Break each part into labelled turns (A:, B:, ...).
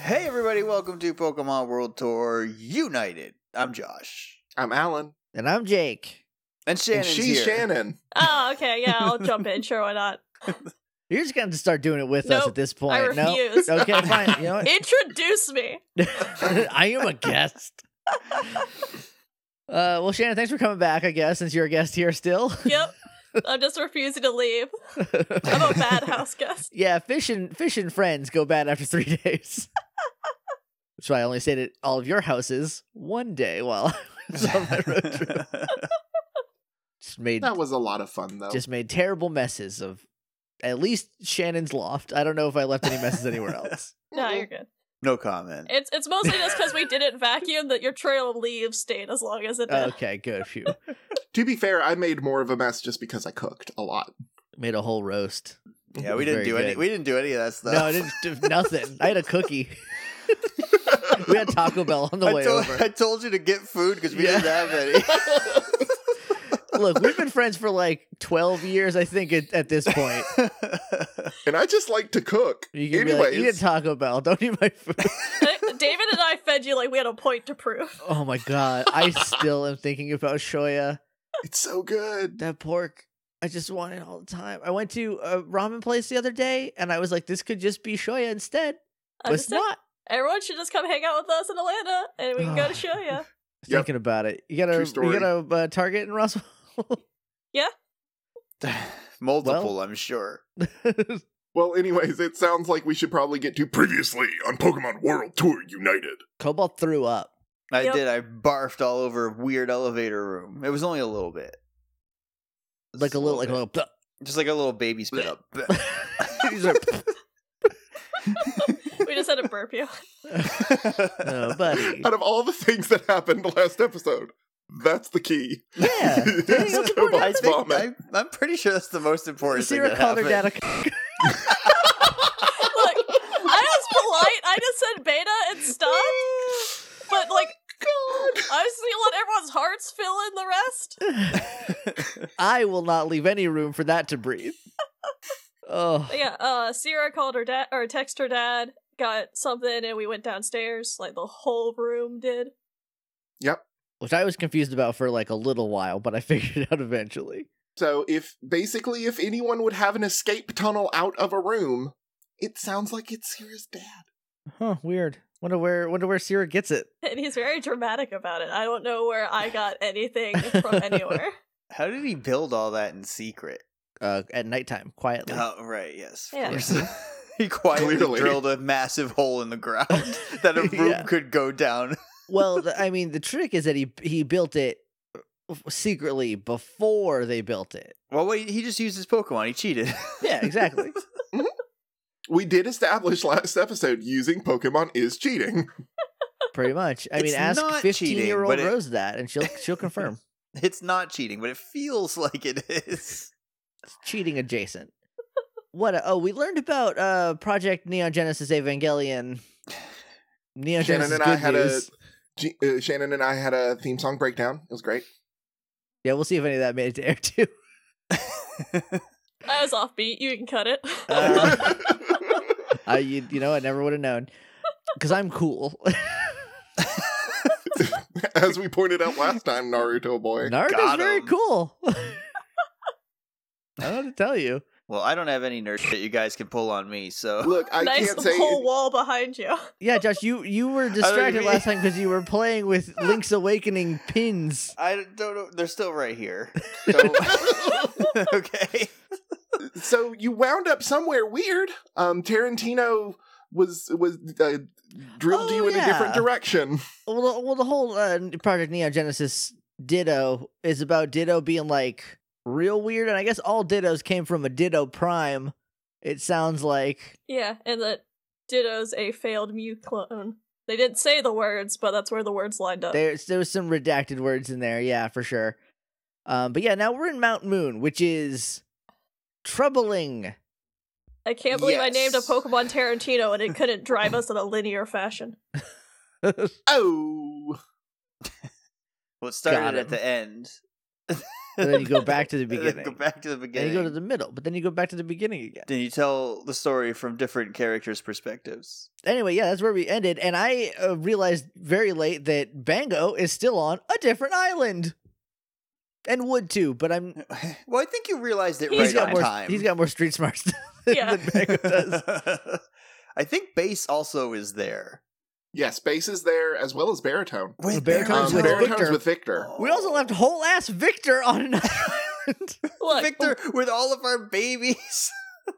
A: Hey everybody, welcome to Pokemon World Tour United. I'm Josh.
B: I'm Alan.
C: And I'm Jake.
A: And Shannon's
B: and she's
A: here.
B: Shannon.
D: Oh, okay. Yeah, I'll jump in. Sure, why not?
C: You're just gonna start doing it with us
D: Nope,
C: at this
D: I
C: point. No.
D: refuse.
C: Okay, fine. You know what?
D: Introduce me.
C: I am a guest. Uh, well, Shannon, thanks for coming back. I guess since you're a guest here still.
D: Yep. I'm just refusing to leave. I'm a bad house guest.
C: yeah, fish and fish and friends go bad after three days. That's why I only stayed at all of your houses one day while I was on my road trip. Just made
B: That was a lot of fun though.
C: just made terrible messes of at least Shannon's loft. I don't know if I left any messes anywhere else.
D: No, you're good.
A: no comment.
D: It's it's mostly just because we didn't vacuum that your trail of leaves stayed as long as it did.
C: Okay, good. Phew.
B: to be fair, I made more of a mess just because I cooked a lot.
C: Made a whole roast.
A: Yeah, we didn't
C: Very
A: do any.
C: good.
A: We didn't do any of that stuff.
C: No, I didn't do nothing. I had a cookie. we had Taco Bell on the
A: I
C: way
A: told,
C: over.
A: I told you to get food because we
C: Yeah.
A: didn't have any.
C: Look, we've been friends for like 12 years, I think, at, at this point.
B: And I just like to cook.
C: You can
B: Anyways,
C: be like, eat a Taco Bell. Don't eat my food.
D: I think David and I fed you like we had a point to prove.
C: Oh my God. I still am thinking about Shoya.
B: it's so good.
C: That pork. I just want it all the time. I went to a ramen place the other day and I was like, this could just be Shoya instead.
D: I'm
C: But it's
D: just saying,
C: not.
D: Everyone should just come hang out with us in Atlanta and we can go to Shoya.
B: Yep.
C: Thinking about it. You
B: True
C: gotta,
B: story.
C: you gotta uh, Target and Russell.
A: Multiple,
C: Well.
A: I'm sure.
B: Well, anyways, it sounds like we should probably get to previously on Pokemon World Tour United.
C: Cobalt threw up.
A: I
D: Yep.
A: did. I barfed all over a weird elevator room. It was only a little bit,
C: Like
A: Just
C: a little, like a little.
A: bit. just like a little baby spit up.
C: He's like,
D: We just had a burp you.
C: oh, buddy.
B: Out of all the things that happened last episode, that's the key.
C: Yeah.
B: It's
C: That's
B: so
C: important.
A: I
B: much
A: think
B: vomit.
A: I, I'm pretty sure that's the most important thing
C: Sarah
A: that
C: called her
A: happened.
C: dad a c-
D: Look, I was polite. I just said beta and stopped. But like,
B: Oh
D: I was gonna let everyone's hearts fill in the rest.
C: I will not leave any room for that to breathe. Oh,
D: But yeah, uh, Sierra called her dad or texted her dad, got something, and we went downstairs. Like the whole room did.
C: which I was confused about for like a little while, but I figured it out eventually.
B: So if basically if anyone would have an escape tunnel out of a room, it sounds like it's Sarah's dad.
C: Huh, weird. Wonder where wonder where Sierra gets it.
D: And he's very dramatic about it. I don't know where I got anything from anywhere.
A: How did he build all that in secret?
C: Uh, at nighttime, quietly.
A: Oh, right, yes. Of
D: Yeah.
A: course. he quietly
B: Clearly.
A: drilled a massive hole in the ground that a room
C: Yeah.
A: could go down.
C: well, the, I mean, the trick is that he he built it uh, secretly before they built it.
A: Well, wait, he just used his Pokemon. He cheated.
C: Yeah, exactly.
B: We did establish last episode using Pokemon is cheating.
C: Pretty much. I
A: It's
C: mean, ask
A: not cheating,
C: fifteen year old
A: but it-
C: Rose that, and she'll she'll confirm.
A: it's not cheating, but it feels like it is.
C: cheating adjacent. What? A, oh, we learned about uh Project Neon Genesis Evangelion. Neon
B: Shannon
C: Genesis
B: and
C: good
B: I had
C: news.
B: a G- uh, Shannon and I had a theme song breakdown. It was great.
C: Yeah, we'll see if any of that made it to air too.
D: I was offbeat. You can cut it.
C: Uh, I, you, you know, I never would have known because I'm cool.
B: As we pointed out last time, Naruto boy.
C: Naruto's
A: got
C: very
A: 'em.
C: cool. I don't know what to tell you.
A: well, I don't have any nerd shit you guys can pull on me, so.
B: Look, I
D: nice
B: can't say
D: whole wall behind you.
C: Yeah, Josh, you you were distracted
A: mean-
C: last time because you were playing with Link's Awakening pins.
A: I don't know. They're still right here. Don't- okay.
B: so you wound up somewhere weird. Um, Tarantino was was uh, drilled
C: Oh,
B: you in a different
C: yeah.
B: direction.
C: Well, the, well, the whole uh, Project Neo Genesis Ditto is about Ditto being like real weird, and I guess all Dittos came from a Ditto Prime. It sounds like
D: Yeah, and that Ditto's a failed Mew clone. They didn't say the words, but that's where the words lined
A: Uh
D: up.
C: there's there was some redacted words in there, yeah, for sure. Um, but yeah, now we're in Mount Moon, which is troubling.
D: I can't believe I named a
B: Yes.
D: Pokemon Tarantino and it couldn't drive us in a linear fashion.
B: Oh,
A: Well, it started
C: Got
A: at
C: him.
A: the end.
C: And then you go back to the beginning.
A: go back to the
C: Then
A: beginning.
C: you go to the middle, but then you go back to the beginning again.
A: then you tell the story from different characters' perspectives.
C: Anyway, yeah, that's where we ended. And I uh, realized very late that Bango is still on a different island. And would too, but I'm
A: Well, I think you realized it
D: He's
A: right
C: got
A: on
C: more
A: time.
C: he's got more street smarts than
D: Yeah.
C: Bango does.
A: I think bass also is there.
B: Yes, bass is there as well as baritone.
A: Wait,
C: baritone's
B: Um,
C: Baritone's with
B: baritone's
C: Victor.
B: with Victor.
C: We also left whole ass Victor on an island.
D: Look,
A: Victor with all of our babies.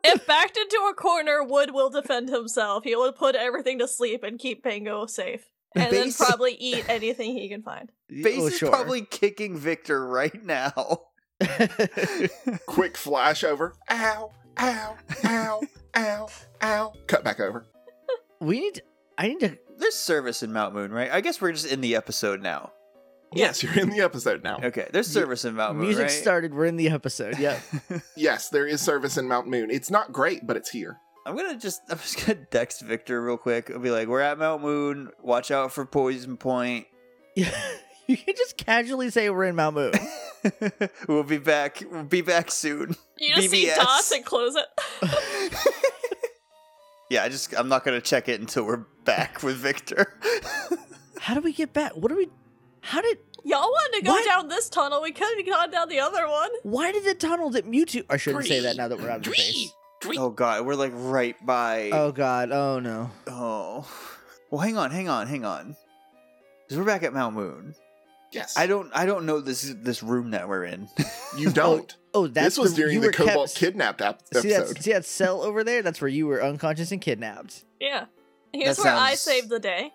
D: if backed into a corner, Wood will defend himself. He will put everything to sleep and keep Pango safe. And then
A: Basi-
D: probably eat anything he can find.
A: Bass
C: Oh,
A: is
C: sure.
A: probably kicking Victor right now.
B: Quick flash over. Ow, ow, ow, ow, ow. Cut back over.
C: we need. I need to.
A: There's service in Mount Moon, right? I guess we're just in the episode now.
B: Yes, you're in the episode now.
A: Okay, there's
C: Mu-
A: service in Mount Moon.
C: music
A: right?
C: started. We're in the episode. Yeah.
B: Yes, there is service in Mount Moon. It's not great, but it's here.
A: I'm gonna just I'm just gonna text Victor real quick. I'll be like, we're at Mount Moon. Watch out for Poison Point.
C: you can just casually say we're in Mount Moon.
A: we'll be back. We'll be back soon.
D: You just see
A: BBS.
D: dots and close it.
A: yeah, I just I'm not gonna check it until we're back with Victor.
C: How do we get back? What do we? How did?
D: Y'all wanted to go
C: What?
D: down this tunnel. We could have gone down the other one.
C: Why did the tunnel that Mewtwo? I shouldn't say that now that we're out of the base.
A: oh god, we're like right by.
C: Oh God. Oh no.
A: oh. Well, hang on, hang on, hang on. Because we're back at Mount Moon.
B: Yes.
A: I don't I don't know this this room that we're in.
B: you don't.
C: Oh, that's
B: this was
C: the,
B: during
C: you
B: the
C: were
B: Cobalt
C: kept,
B: Kidnapped ap-
C: See that?
B: episode.
C: See that cell over there? That's where you were unconscious and kidnapped.
D: Yeah. Here's
A: That
D: where I
A: sounds-
D: saved the day.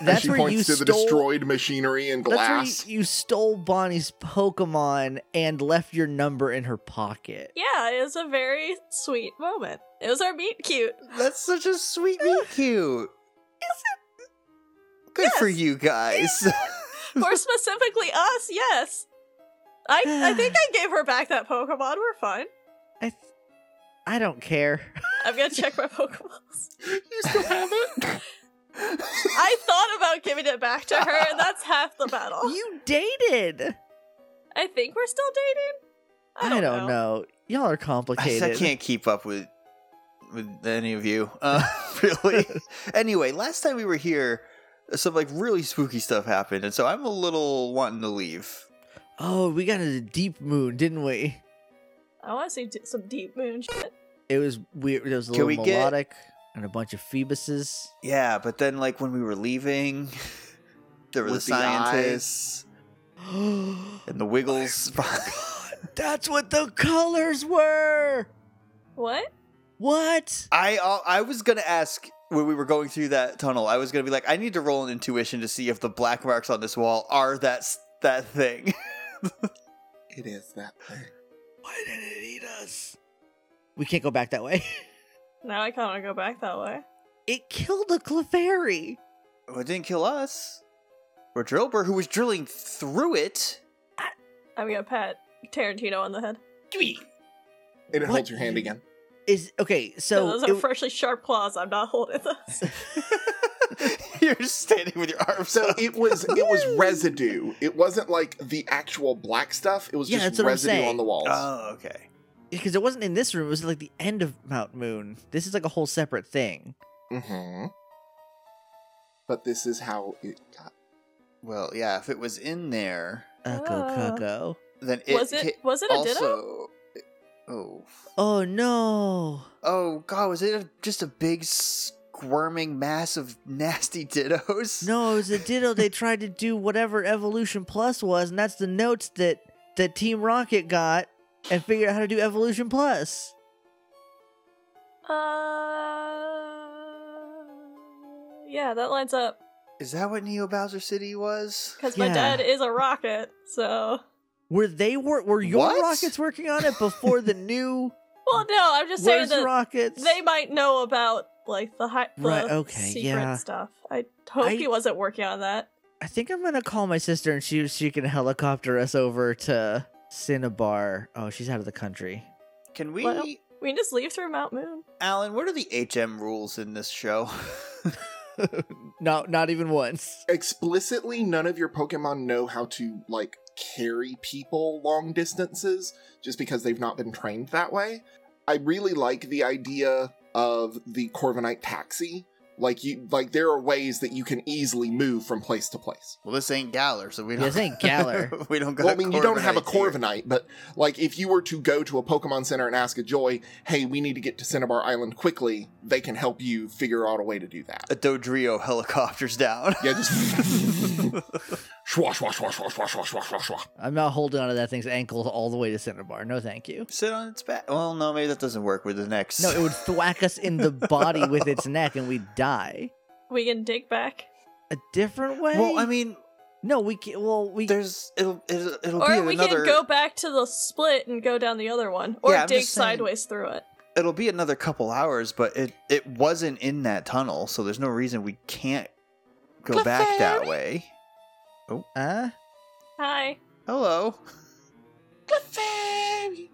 B: And
C: That's
B: she
C: where
B: points
C: you
B: to
C: stole.
B: the destroyed machinery and
C: that's where
B: glass.
C: you, you stole Bonnie's Pokemon and left your number in her pocket.
D: Yeah, it was a very sweet moment. It was our meet cute.
A: That's such a sweet meet cute. Good for
D: Yes.
A: you guys.
D: More specifically, us, yes. I, I think I gave her back that Pokemon. We're fine.
C: I, th- I don't care.
D: I'm gonna check my Pokeballs.
B: you still have it?
D: I thought about giving it back to her, and that's half the battle.
C: you dated.
D: I think we're still dating.
C: I don't, know. Y'all are complicated.
A: I can't keep up with with any of you. Uh, really. anyway, last time we were here, some like really spooky stuff happened, and so I'm a little wanting to leave.
C: Oh, we got into the deep moon, didn't we?
D: I want to see d- some deep moon shit.
C: It was weird. It was a
A: Can
C: little
A: we get-
C: melodic and a bunch of Phoebuses.
A: Yeah, but then like when we were leaving, there were
B: With
A: the
B: the eyes.
A: scientists and the Wiggles.
C: That's what the colors were.
D: What?
C: What?
A: I uh, I was gonna ask when we were going through that tunnel. I was gonna be like, I need to roll an intuition to see if the black marks on this wall are that s- that thing.
B: It is that thing.
C: Why did it eat us? We can't go back that way.
D: Now I kind of go back that way.
C: It killed a Clefairy.
A: Well, it didn't kill us. Or Drillbur, who was drilling through it.
D: I'm gonna pat Tarantino on the head.
B: And it
C: What?
B: holds your hand again.
C: Is okay.
D: So
C: So
D: those are
C: it-
D: freshly sharp claws. I'm not holding those.
A: You're just standing with your arms
B: So
A: up.
B: it was it was residue. It wasn't like the actual black stuff. It was
C: Yeah, that's
B: just
C: what I'm
B: residue
C: saying.
B: on the walls.
A: Oh, okay.
C: because it wasn't in this room. It was like the end of Mount Moon. This is like a whole separate thing.
B: hmm But this is how it got.
A: Well, yeah, if it was in there,
C: Echo
D: Ah.
C: Cucko.
A: then it,
D: was it?
A: ca-
D: Was it a ditto?
A: also. Oh.
C: Oh no.
A: Oh, God, was it a, just a big squirming mass of nasty dittos?
C: No, it was a ditto. they tried to do whatever Evolution Plus was, and that's the notes that that Team Rocket got and figured out how to do Evolution Plus.
D: Uh, yeah, that lines up
A: Is that what Neo Bowser City was?
D: because my
C: Yeah.
D: dad is a rocket. So,
C: Were they wor- were your
A: What?
C: rockets working on it before the new
D: well, no, I'm just saying
C: Where's
D: that
C: Rockets?
D: they might know about like the high, the
C: Right, okay,
D: secret
C: yeah.
D: stuff. I hope
C: I-
D: he wasn't working on that.
C: I think I'm gonna call my sister and she she can helicopter us over to Cinnabar. Oh, she's out of the country.
A: Can we.
D: Well- We can just leave through Mount Moon.
A: Alan, what are the HM rules in this show?
C: no, not even once.
B: Explicitly, none of your Pokemon know how to like carry people long distances just because they've not been trained that way. I really like the idea of the Corviknight taxi. Like you like there are ways that you can easily move from place to place.
A: Well, this ain't Galler, so we don't.
C: This ain't Galar.
A: we don't got.
B: Well, I mean, you don't have a
A: Corviknites
B: Corviknight, but like if you were to go to a Pokemon Center and ask a Joy, "Hey, we need to get to Cinnabar Island quickly," they can help you figure out a way to do that.
A: here. A Dodrio helicopters down.
B: Yeah, just shwa shwa shwa shwa shwa shwa shwa shwa shwa.
C: I'm not holding onto that thing's ankle all the way to Cinnabar. No, thank you.
A: Sit on its back. Well, no, maybe that doesn't work with the next.
C: No, it would thwack us in the body with its neck and we'd die.
D: We can dig back.
C: A different way?
A: well, I mean,
C: no, we can, well, we
A: there's it'll it'll, it'll
D: or
A: be
D: we
A: another
D: can go back to the split and go down the other one. Or
A: Yeah, I'm
D: dig
A: just saying-
D: sideways through it.
A: it'll be another couple hours, but it it wasn't in that tunnel, so there's no reason we can't go back that
D: Clefairy?
A: way.
C: Huh?
D: Hi.
A: Hello.
B: Clefairy.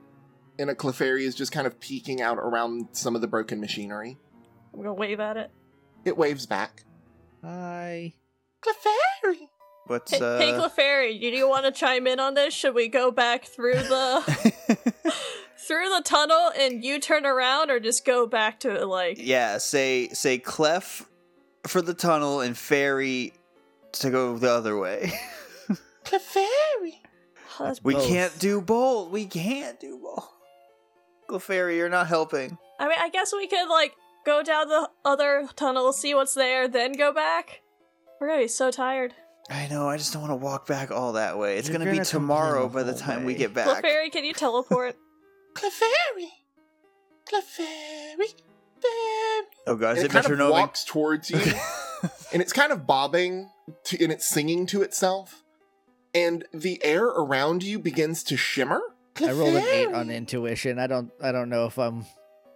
B: And a Clefairy is just kind of peeking out around some of the broken machinery.
D: I'm gonna wave at it.
B: It waves back.
C: Hi.
B: Clefairy.
A: What's
D: Hey,
A: uh?
D: hey Clefairy, do you want to chime in on this? Should we go back through the through the tunnel and you turn around, or just go back to like?
A: yeah, say say clef for the tunnel and fairy to go the other way.
B: Clefairy.
D: Oh, that's-
A: We
C: Both.
A: can't do both. We can't do both. Clefairy, you're not helping.
D: I mean, I guess we could like go down the other tunnel, see what's there, then go back. We're gonna be so tired.
A: I know. I just don't want to walk back all that way. It's
C: You're
A: gonna, be
C: gonna complain
A: tomorrow
C: the
A: by the
C: whole
A: time we
C: way.
A: get back.
D: Clefairy, can you teleport?
B: Clefairy. Clefairy. Fairy.
A: Oh god, is
B: And
A: it,
B: it kind of
A: metronome?
B: walks towards you, and it's kind of bobbing, to, and it's singing to itself, and the air around you begins to shimmer.
C: I rolled an eight on
B: Clefairy.
C: intuition. I don't I don't know if I'm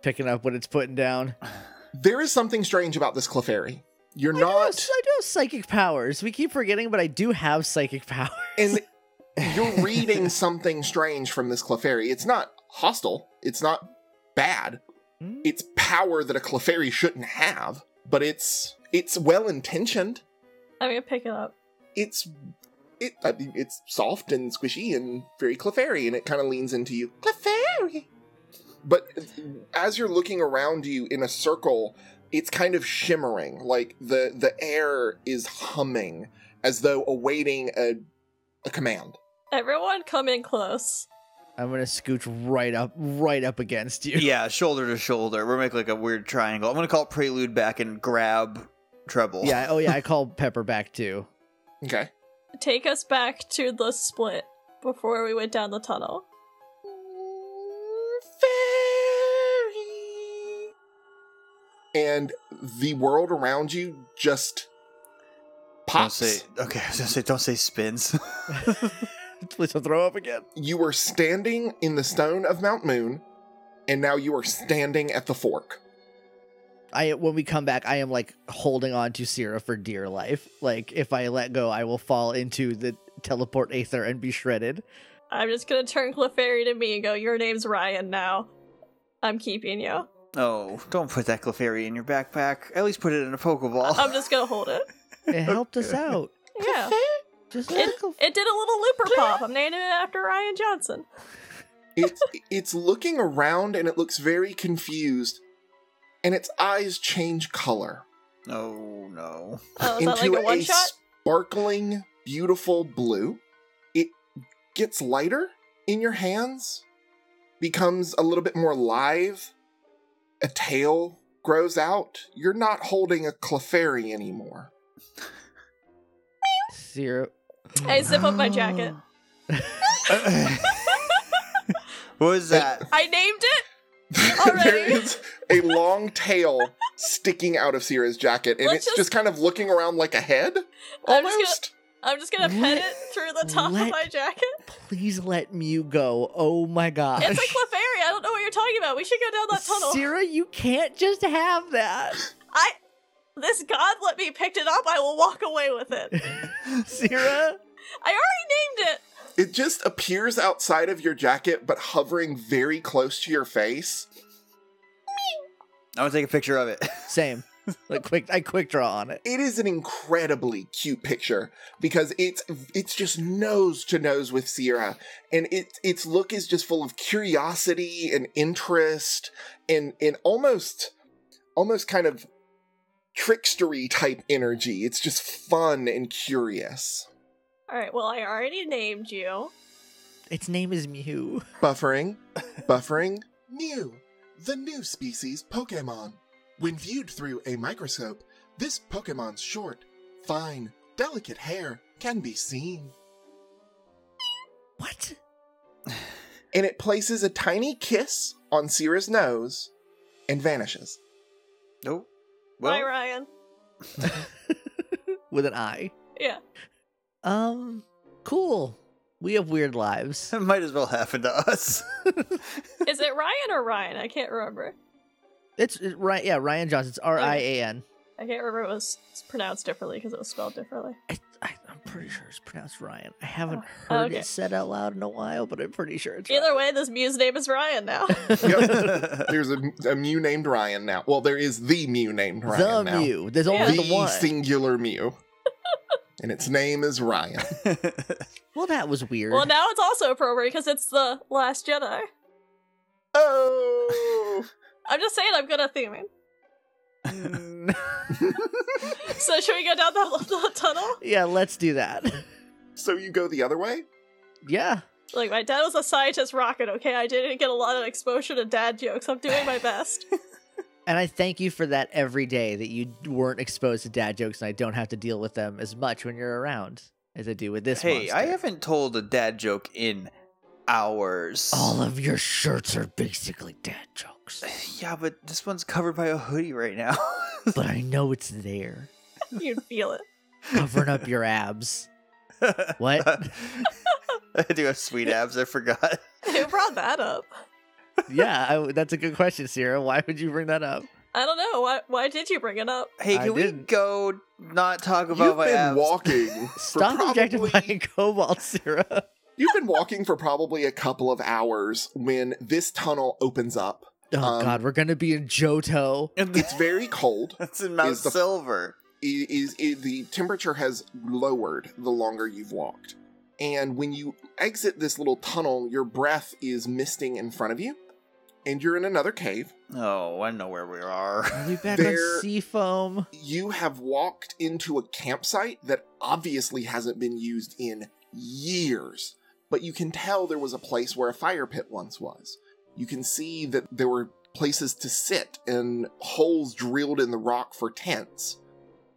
C: picking up what it's putting down.
B: There is something strange about this Clefairy. You're
C: I, do have,
B: not,
C: I do have psychic powers. We keep forgetting, but I do have psychic powers.
B: and you're reading something strange from this Clefairy. It's not hostile. It's not bad.
C: Hmm?
B: It's power that a Clefairy shouldn't have, but it's it's well intentioned.
D: I'm gonna pick it up.
B: it's it I mean, it's soft and squishy and very Clefairy, and it kind of leans into you. Clefairy. But as you're looking around you in a circle, it's kind of shimmering, like the the air is humming as though awaiting a a command.
D: Everyone, come in close.
C: I'm gonna scooch right up right up against you.
A: yeah, shoulder to shoulder. We're making like a weird triangle. I'm gonna call it prelude back and grab treble.
C: Yeah, oh yeah, I call Pepper back too.
B: Okay.
D: Take us back to the split before we went down the tunnel.
B: And the world around you just
A: Don't
B: pops.
A: say okay. I was gonna say don't say spins.
C: Please don't throw up again.
B: you were standing in the stone of Mount Moon, and now you are standing at the fork.
C: I when we come back, I am like holding on to Sierra for dear life. Like if I let go, I will fall into the teleport aether and be shredded.
D: I'm just gonna turn Clefairy to me and go, Your name's Ryan now. I'm keeping you.
A: oh, don't put that Clefairy in your backpack. At least put it in a Pokeball.
D: I'm just gonna hold it.
C: It helped us out.
D: Yeah.
C: Just
D: It,
C: like a-
D: it did a little looper pop. I'm naming it after Ryan Johnson.
B: It's it's looking around and it looks very confused, and its eyes change color
A: oh no.
D: Oh, is that
B: into
D: like a one shot?
B: sparkling, beautiful blue. It gets lighter in your hands, becomes a little bit more live. A tail grows out. You're not holding a Clefairy anymore.
C: Sierra.
D: I zip up my jacket.
A: what was that?
D: I named it.
B: there
D: Alright.
B: is a long tail sticking out of Sierra's jacket, and
D: Let's
B: it's
D: just-
B: just... kind of looking around like a head.
D: I'm
B: Almost.
D: just I'm just gonna pet
C: Let-
D: it through the top of
C: let-
D: my jacket.
C: Please let Mew go. Oh my gosh.
D: It's a Clefairy. I don't know what you're talking about. We should go down that tunnel.
C: Sierra, you can't just have that.
D: I. This god let me picked it up. I will walk away with it.
C: Sierra,
D: I already named it.
B: It just appears outside of your jacket, but hovering very close to your face.
A: I'm gonna take a picture of it.
C: same. like quick, I quick draw on it.
B: It is an incredibly cute picture because it's it's just nose to nose with Sierra, and it its look is just full of curiosity and interest, and and almost almost kind of trickstery type energy. It's just fun and curious.
D: All right. Well, I already named you.
C: Its name is Mew.
B: Buffering, buffering.
E: New, the new species Pokemon. When viewed through a microscope, this Pokemon's short, fine, delicate hair can be seen.
C: What?
B: and it places a tiny kiss on Sierra's nose and vanishes.
A: Nope.
D: Bye,
A: Oh, Well,
D: Ryan.
C: With an eye.
D: Yeah.
C: Um, cool. We have weird lives.
A: it might as well happen to us.
D: Is it Ryan or Ryan? I can't remember.
C: It's it, right. Yeah, Ryan Johnson. It's R I A N.
D: I can't remember. It was it's pronounced differently because it was spelled differently.
C: I, I, I'm pretty sure it's pronounced Ryan. I haven't heard
D: Oh, okay.
C: it said out loud in a while, but I'm pretty sure it's
D: Either way, this Mew's name is Ryan now.
B: There's a, a Mew named Ryan now. Well, there is the Mew named Ryan
C: the
B: now.
C: Mew. There's
D: Yeah.
C: only
B: The
C: the one.
B: singular Mew. and its name is Ryan.
C: well, that was weird.
D: well, now it's also appropriate because it's the Last Jedi.
B: Oh!
D: I'm just saying, I'm good at theming.
C: Mm.
D: So should we go down that little tunnel?
C: yeah, let's do that.
B: so you go the other way?
C: yeah.
D: Like my dad was a scientist rocket. Okay, I didn't get a lot of exposure to dad jokes. I'm doing my best.
C: And I thank you for that every day that you weren't exposed to dad jokes and I don't have to deal with them as much when you're around as I do with this
A: hey, I
C: monster.
A: haven't told a dad joke in hours.
C: All of your shirts are basically dad jokes.
A: yeah, but this one's covered by a hoodie right now.
C: But I know it's there,
D: You'd feel it.
C: covering up your abs. What?
A: I do have sweet abs. I forgot.
D: Who brought that up?
C: Yeah, I, that's a good question, Sierra. Why would you bring that up?
D: I don't know. Why? Why did you bring it up?
A: Hey,
C: I
A: can we
C: didn't.
A: go not talk about
B: You've
A: my
B: been
A: abs?
B: walking. for
C: Stop
B: probably,
C: objectifying Cobalt, Sierra.
B: You've been walking for probably a couple of hours when this tunnel opens up.
C: Oh
B: Um,
C: God, we're gonna be in Johto.
B: It's very cold.
A: That's in Mount
B: Is the-
A: Silver.
B: i- is, i the temperature has lowered the longer you've walked. And when you exit this little tunnel, your breath is misting in front of you, and you're in another cave.
A: Oh, I know where we are.
C: Are we back
B: There-
C: on Seafoam?
B: You have walked into a campsite that obviously hasn't been used in years, but you can tell there was a place where a fire pit once was. You can see that there were places to sit and holes drilled in the rock for tents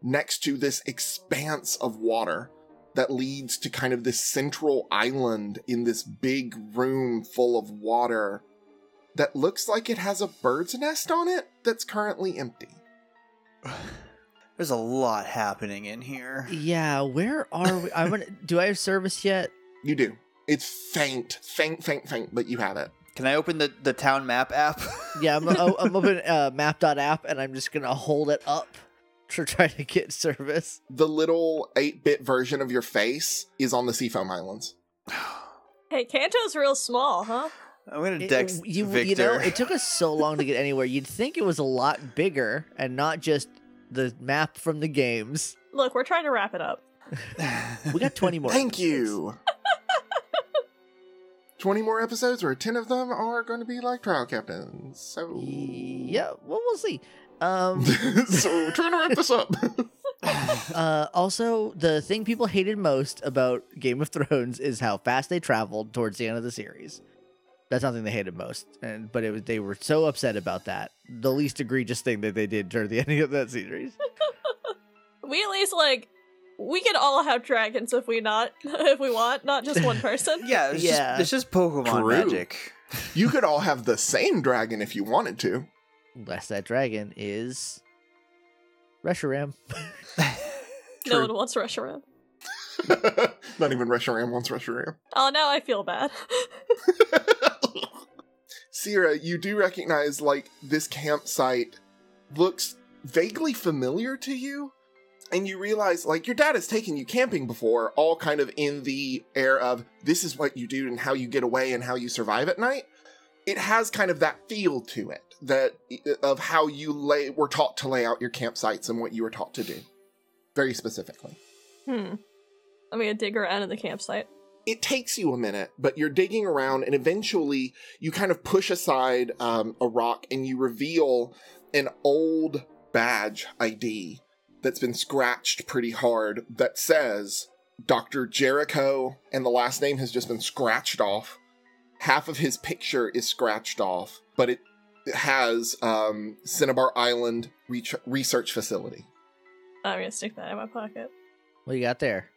B: next to this expanse of water that leads to kind of this central island in this big room full of water that looks like it has a bird's nest on it that's currently empty.
A: There's a lot happening in here.
C: Yeah, where are we? I want. Do I have service yet?
B: You do. It's faint, faint, faint, faint, but you have it.
A: Can I open the, the town map app?
C: Yeah, I'm, I'm I'm open uh, map.app and I'm just gonna hold it up to try to get service.
B: The little 8 bit version of your face is on the Seafoam Islands.
D: Hey, Kanto's real small, huh?
A: I'm gonna
C: It-
A: dex
C: you,
A: Victor.
C: you know, it took us so long to get anywhere. You'd think it was a lot bigger and not just the map from the games.
D: Look, we're trying to wrap it up.
C: We got 20 more.
B: Thank you. 20 more episodes where 10 of them are going to be like trial captains. So.
C: Yeah, well, we'll see. Um,
B: so trying to wrap this up.
C: uh, also, the thing people hated most about Game of Thrones is how fast they traveled towards the end of the series. That's something they hated most, and but it was they were so upset about that. The least egregious thing that they did during the ending of that series.
D: We at least like we can all have dragons if we not if we want, not just one person.
A: yeah, it's
C: Yeah.
A: Just, it's just Pokemon
B: True.
A: magic.
B: you could all have the same dragon if you wanted to.
C: Unless that dragon is Reshiram.
D: no
B: True.
D: one wants Reshiram.
B: Not even Reshiram wants Reshiram.
D: Oh, now I feel bad.
B: Sierra, you do recognize like this campsite looks vaguely familiar to you, and you realize like your dad has taken you camping before, all kind of in the air of this is what you do and how you get away and how you survive at night. It has kind of that feel to it. that of how you lay were taught to lay out your campsites and what you were taught to do, very specifically.
D: Hmm. I'm gonna dig around in the campsite.
B: it takes you a minute, but you're digging around, and eventually you kind of push aside um, a rock and you reveal an old badge ID that's been scratched pretty hard that says Dr. Jericho, and the last name has just been scratched off. Half of his picture is scratched off, but it it has um, Cinnabar Island re- Research Facility.
D: I'm gonna stick that in my pocket.
C: What do you got there?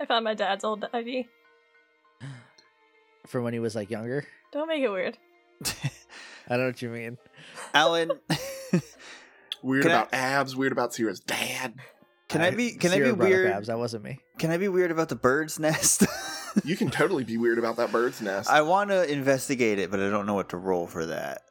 D: I found my dad's old ID.
C: From when he was like younger?
D: Don't make it weird.
C: I don't know what you mean.
A: Alan,
B: Weird
A: Can I-
B: about abs, weird about Sierra's dad.
A: can I be can I
C: Sierra
A: be
C: brought up
A: weird?
C: Abs. That wasn't me.
A: Can I be weird about the bird's nest?
B: You can totally be weird about that bird's nest.
A: I want to investigate it, but I don't know what to roll for that.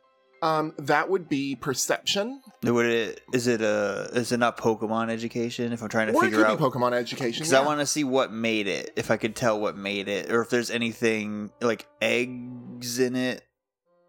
B: Um, that would be perception.
A: Would it is it a is it not Pokemon education? If I'm trying to
B: Or it
A: figure
B: could
A: out
B: be Pokemon education.
A: because
B: Yeah.
A: I want to see what made it, if I could tell what made it, or if there's anything like eggs in it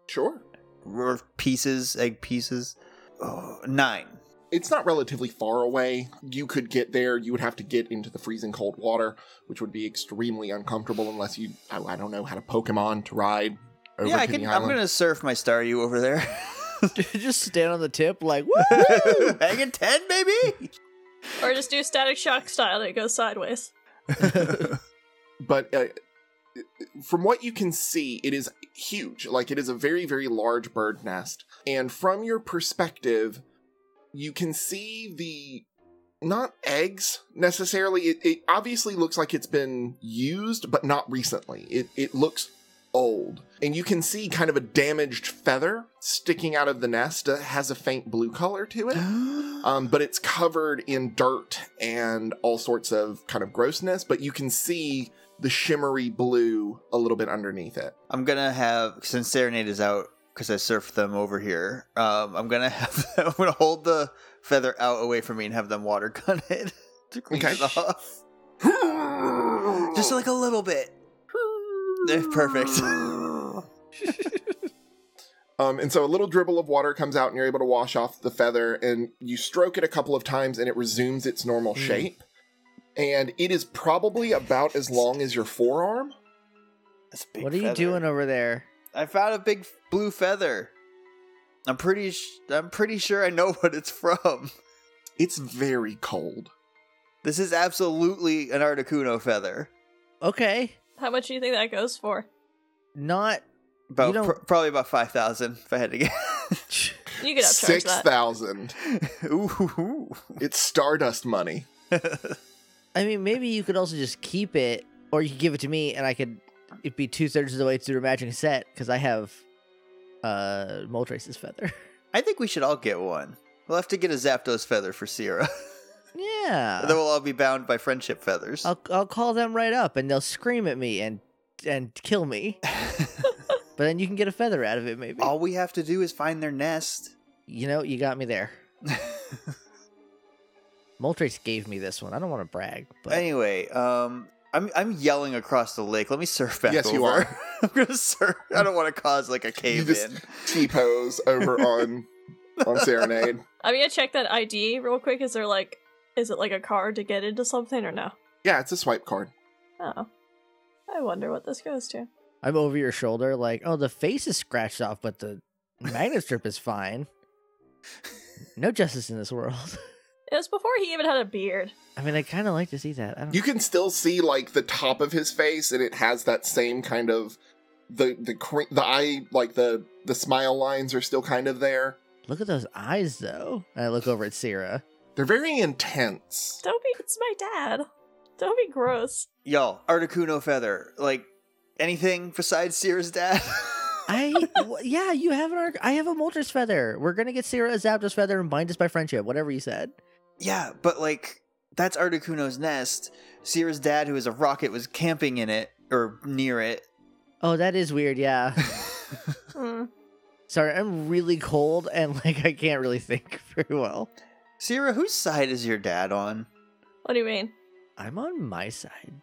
B: sure.
A: or pieces, egg pieces. Oh, nine.
B: It's not relatively far away. You could get there. You would have to get into the freezing cold water, which would be extremely uncomfortable unless you. I, I don't know how to Pokemon to ride over
A: yeah, I
B: to
A: can.
B: the
A: I'm
B: island.
A: gonna surf my Staryu over there.
C: Just stand on the tip, like, woo!
A: Hanging ten, baby.
D: Or just do static shock style and it goes sideways.
B: But uh, from what you can see, it is huge. Like it is a very, very large bird nest. And from your perspective, you can see the not eggs necessarily. It, it obviously looks like it's been used, but not recently. It it looks old, and you can see kind of a damaged feather sticking out of the nest. It has a faint blue color to it um, but it's covered in dirt and all sorts of kind of grossness. But you can see the shimmery blue a little bit underneath it.
A: I'm gonna have since Serenade is out because I surfed them over here. Um, I'm gonna have I'm gonna hold the feather out away from me and have them water gun it to clean
B: Okay.
A: it off. Just like a little bit. Eh, Perfect.
B: Um, and so a little dribble of water comes out, and you're able to wash off the feather. And you stroke it a couple of times, and it resumes its normal
A: Hmm.
C: Mm.
B: shape. And it is probably about as long as your forearm.
A: That's a big
C: what are you
A: feather.
C: doing over there?
A: I found a big blue feather. I'm pretty. Sh- I'm pretty sure I know what it's from.
B: It's very cold.
A: This is absolutely an Articuno feather.
C: Okay.
D: How much do you think that goes for?
C: Not.
A: About
C: don't-
A: pr- probably about five thousand if I had to
D: You could upcharge
B: Six
D: that.
B: thousand.
A: guess. Ooh.
B: It's Stardust money.
C: I mean, maybe you could also just keep it, or you could give it to me, and I could. It'd be two thirds of the way through a matching set because I have, uh, Moltres' feather.
A: I think we should all get one. We'll have to get a Zapdos feather for Sierra.
C: yeah.
A: then we'll all be bound by friendship feathers.
C: I'll I'll call them right up, and they'll scream at me and and kill me. But then you can get a feather out of it, maybe.
A: all we have to do is find their nest.
C: You know, you got me there. Moltres gave me this one. I don't want to brag, but
A: anyway, um, I'm I'm yelling across the lake. Let me surf back.
B: Yes,
A: over.
B: you are.
A: I'm gonna surf. I don't want to cause like a cave
B: just-
A: in.
B: T pose over on on Serenade.
D: I'm gonna check that ID real quick. Is there like, is it like a card to get into something or no?
B: Yeah, it's a swipe card.
D: Oh, I wonder what this goes to.
C: I'm over your shoulder, like, oh, the face is scratched off, but the magnet strip is fine. No justice in this world.
D: It was before he even had a beard.
C: I mean, I kind of like to see that. I don't
B: You can still see like the top of his face, and it has that same kind of the the cre- the eye like the the smile lines are still kind of there.
C: look at those eyes, though. And I look over at Sierra.
B: They're very intense.
D: Don't be. It's my dad. Don't be gross.
A: Y'all, Articuno feather. Like anything besides Sierra's dad.
C: I, w- yeah, you have an arc. I have a Moltres feather. We're gonna get Sierra a Zapdos feather and bind us by friendship. Whatever you said.
A: Yeah, but like that's Articuno's nest. Sierra's dad, who is a rocket, was camping in it or near it.
C: Oh, that is weird. Yeah.
D: Hmm.
C: Sorry, I'm really cold and like I can't really think very well.
A: Sierra, whose side is your dad on?
D: What do you mean?
C: I'm on my side.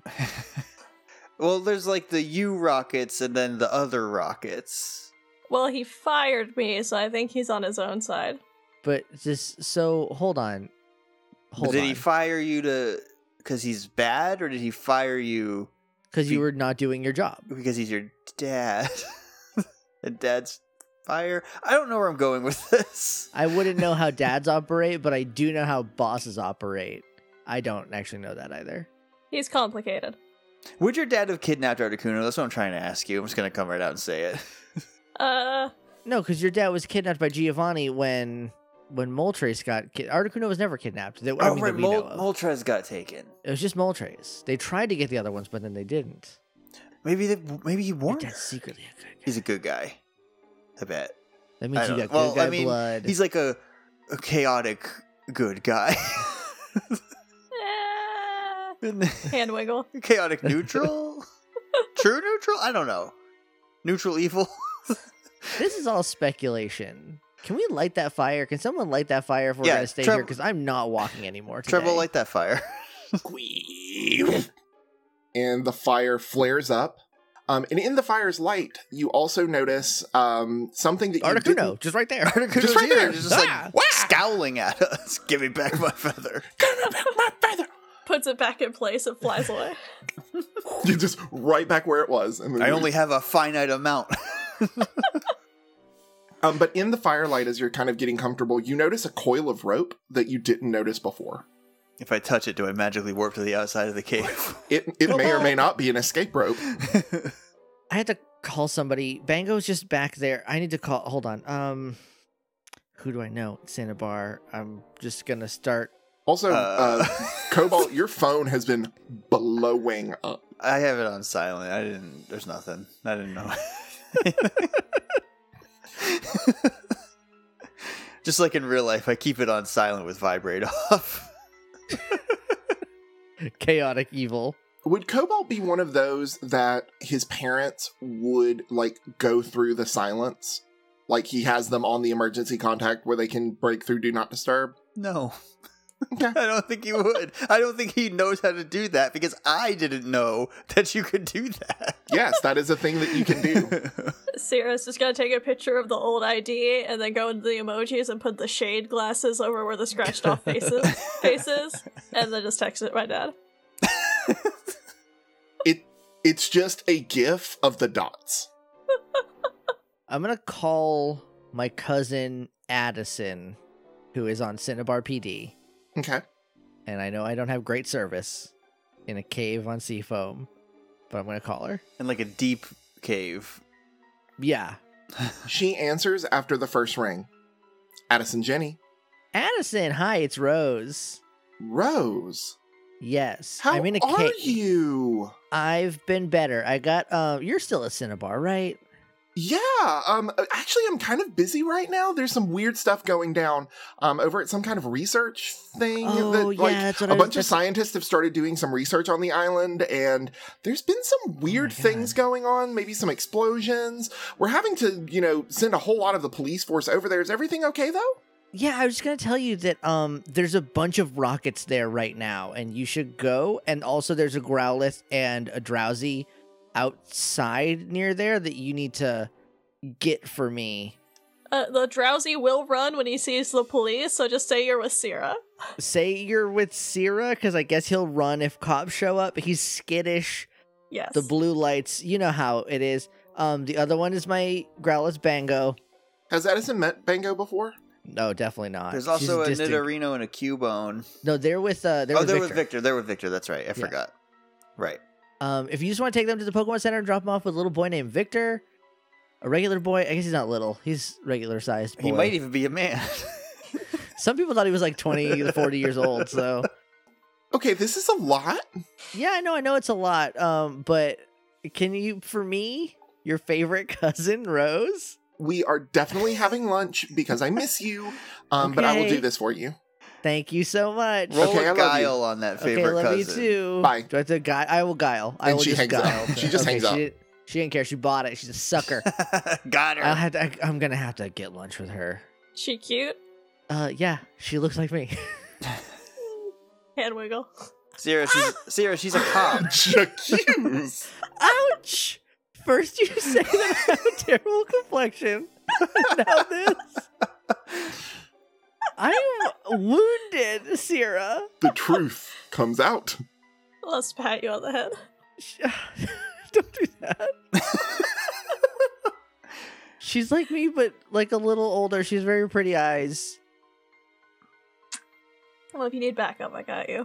A: well, there's like the U rockets and then the other rockets.
D: Well, he fired me, so I think he's on his own side.
C: But just so hold on, hold
A: did
C: on,
A: he fire you to because he's bad, or did he fire you
C: because you
A: be-
C: were not doing your job.
A: because he's your dad? and dad's fire. I don't know where I'm going with this.
C: I wouldn't know how dads operate, but I do know how bosses operate. I don't actually know that either.
D: He's complicated.
A: Would your dad have kidnapped Articuno? That's what I'm trying to ask you. I'm just gonna come right out and say it.
D: Uh,
C: No, because your dad was kidnapped by Giovanni when when Moltres got kid- Articuno was never kidnapped. That, I mean, that we know
A: Oh, Mol-
C: of.
A: Moltres got taken.
C: it was just Moltres. They tried to get the other ones, but then they didn't.
A: Maybe they, maybe he
C: Your
A: warned her.
C: dad's secretly a good guy.
A: He's a good guy. I bet.
C: That
A: I
C: means you
A: don't-
C: got
A: well,
C: good guy
A: I mean,
C: blood.
A: He's like a, a chaotic good guy.
D: eh, hand wiggle.
A: chaotic neutral? True neutral? I don't know. Neutral evil?
C: This is all speculation. Can we light that fire? Can someone light that fire if we're
A: Yeah,
C: going to stay
A: Trev-
C: here? Because I'm not walking anymore today.
A: Trevor, light that fire.
B: and the fire flares up. Um, and in the fire's light, you also notice um, something that you
C: Articuno, just right there.
A: Articuno's
B: Just right
A: here,
B: there.
A: just like
C: Ah.
A: scowling at us. Give me back my feather.
D: Puts it back in place, it flies away.
B: didn't- you just right back where it was. And then
A: I
B: you-
A: only have a finite amount.
B: Um, but in the firelight, as you're kind of getting comfortable, you notice a coil of rope that you didn't notice before.
A: if I touch it, do I magically warp to the outside of the cave?
B: It it may or may not be an escape rope.
C: I had to call somebody. Bango's just back there. I need to call. Hold on. Um, who do I know? Santa Bar. I'm just gonna start.
B: Also, uh,
A: Uh,
B: Cobalt, your phone has been blowing up.
A: I have it on silent. I didn't. There's nothing. I didn't know. Just like in real life, I keep it on silent with vibrate off.
C: Chaotic evil.
B: Would Cobalt be one of those that his parents would like go through the silence? Like he has them on the emergency contact where they can break through do not disturb?
A: No,
B: Okay.
A: I don't think he would. I don't think he knows how to do that because I didn't know that you could do that.
B: Yes, that is a thing that you can do.
D: Sarah's just gonna take a picture of the old ID and then go into the emojis and put the shade glasses over where the scratched off faces faces, and then just text it to my dad.
B: It's just a gif of the dots.
C: I'm gonna call my cousin Addison, who is on Cinnabar PD,
B: Okay.
C: and I know I don't have great service in a cave on seafoam, but I'm gonna call her.
A: in like a deep cave.
C: Yeah,
B: She answers after the first ring. Addison Jenny.
C: Addison. Hi, it's Rose.
B: Rose.
C: Yes,
B: How
C: I'm in a
B: are
C: cave.
B: you?
C: I've been better. I got. Uh, you're still a Cinnabar, right?
B: Yeah, um actually I'm kind of busy right now. There's some weird stuff going down um over at some kind of research thing
C: Oh,
B: that
C: yeah,
B: like
C: that's what
B: a
C: I
B: bunch of
C: that's-
B: scientists have started doing some research on the island and there's been some weird
C: Oh God.
B: things going on maybe some explosions we're having to you know send a whole lot of the police force over there is everything okay though
C: Yeah, I was just gonna tell you that um, there's a bunch of rockets there right now, and you should go. And also, there's a Growlithe and a Drowsy outside near there that you need to get for me.
D: Uh, the drowsy will run when he sees the police, so just say you're with Sarah.
C: Say you're with Sierra, because I guess he'll run if cops show up. He's skittish.
D: Yes.
C: The blue lights, you know how it is. Um, the other one is my Growlithe Bango.
B: has Edison met Bango before
C: No, definitely not.
A: There's
C: She's
A: also a
C: distant-
A: Nidorino and a Cubone.
C: No, they're with uh, they're
A: Oh,
C: with
A: they're
C: Victor.
A: with Victor. They're with Victor. That's right. I forgot. Right.
C: Um, if you just want to take them to the Pokemon Center and drop them off with a little boy named Victor, a regular boy. I guess he's not little. He's regular sized.
A: He might even be a man.
C: Some people thought he was like 20 to 40 years old. So
B: okay this is a lot
C: yeah, I know, I know it's a lot. Um, but can you for me, your favorite cousin Rose?
B: we are definitely having lunch because I miss you um but I will
C: Okay.
B: do this for you
C: Thank you so much.
A: Roll
B: Okay, I
A: a
B: love you.
A: guile on that favorite
C: okay, love
A: cousin.
C: you too.
B: Bye.
C: Do I have to guile? I will guile. I
B: And
C: will
B: she
C: just
B: hangs up.
C: guile.
B: She just
C: Okay,
B: hangs up.
C: She, didn't- she didn't care. She bought it. She's a sucker.
A: Got her.
C: I'll have to, I, I'm gonna have to get lunch with her.
D: she cute.
C: Uh, yeah, she looks like me.
D: Hand wiggle.
A: Sarah, she's, Sarah, she's a cop.
B: Jacques.
C: Ouch! First you say that I'm terrible complexion. now this. I am wounded, Sierra.
B: The truth comes out.
D: Let's pat you on the head.
C: Sh- Don't do that. She's like me, but like a little older. She's very pretty eyes.
D: Well, if you need backup, I got you.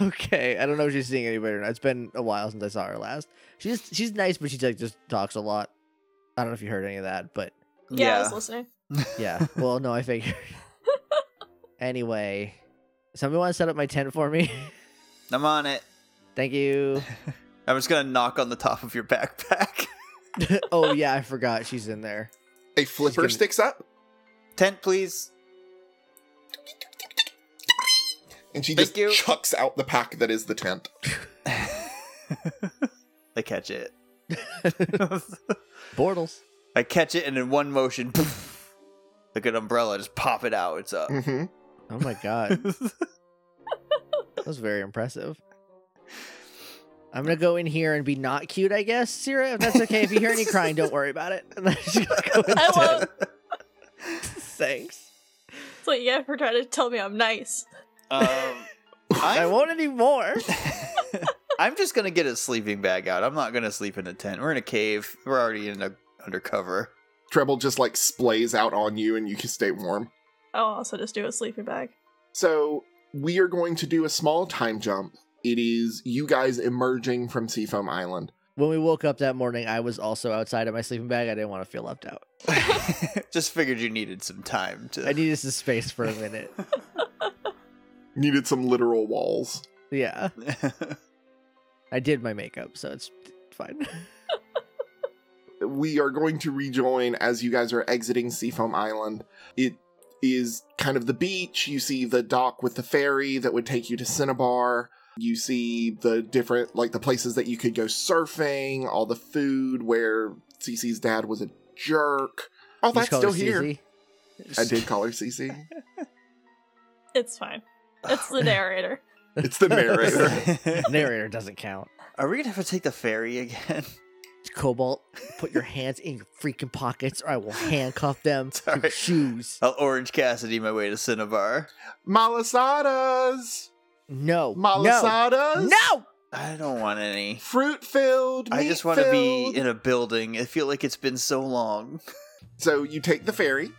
C: okay, I don't know if she's seeing anybody or not. It's been a while since I saw her last. She's she's nice, but she like just talks a lot. I don't know if you heard any of that, but
D: Yeah, I was listening.
C: yeah. Well, no, I figured. anyway, somebody want to set up my tent for me?
A: I'm on it.
C: Thank you.
A: I'm just gonna knock on the top of your backpack.
C: oh yeah, I forgot she's in there.
B: A flipper
C: gonna-
B: sticks up,
A: Tent, please.
B: and she
A: Thank
B: just
A: you.
B: chucks out the pack that is the tent.
A: I catch it.
C: Bortles.
A: I catch it, and in one motion, poof, like an umbrella, just pop it out. It's up.
B: hmm
C: Oh my god, that was very impressive. I'm gonna go in here and be not cute, I guess, Sierra. If that's okay, if you hear any crying, don't worry about it. And then she's gonna go in
D: I
C: tent.
D: won't.
C: Thanks.
D: That's what you get for trying to tell me I'm nice.
A: um,
C: I
A: I'm,
C: won't anymore.
A: I'm just gonna get a sleeping bag out. I'm not gonna sleep in a tent. We're in a cave. We're already in a undercover.
B: Treble just like splays out on you, and you can stay warm.
D: I'll also just do a sleeping bag.
B: So we are going to do a small time jump. It is you guys emerging from Seafoam Island.
C: When we woke up that morning, I was also outside of my sleeping bag. I didn't want to feel left out.
A: just figured you needed some time to.
C: I needed some space for a minute.
B: Needed some literal walls.
C: Yeah, I did my makeup, so it's fine.
B: we are going to rejoin as you guys are exiting Seafoam Island. It is kind of the beach. You see the dock with the ferry that would take you to Cinnabar. You see the different, like the places that you could go surfing, all the food where Cece's dad was a jerk. All that's
C: Just
B: still
C: call
B: here.
C: her Susie.
B: I did call her Cece.
D: It's fine. It's the narrator.
B: It's the narrator.
C: Narrator doesn't count.
A: Are we gonna have to take the ferry again?
C: Cobalt, put your hands in your freaking pockets, or I will handcuff them to your
A: Sorry.
C: shoes.
A: I'll Orange Cassidy my way to Cinnabar.
B: Malasadas!
C: No, no,
B: Malasadas!
C: no.
A: I don't want any.
B: Fruit filled!
A: I just want to be in a building. I feel like it's been so long.
B: So you take the ferry.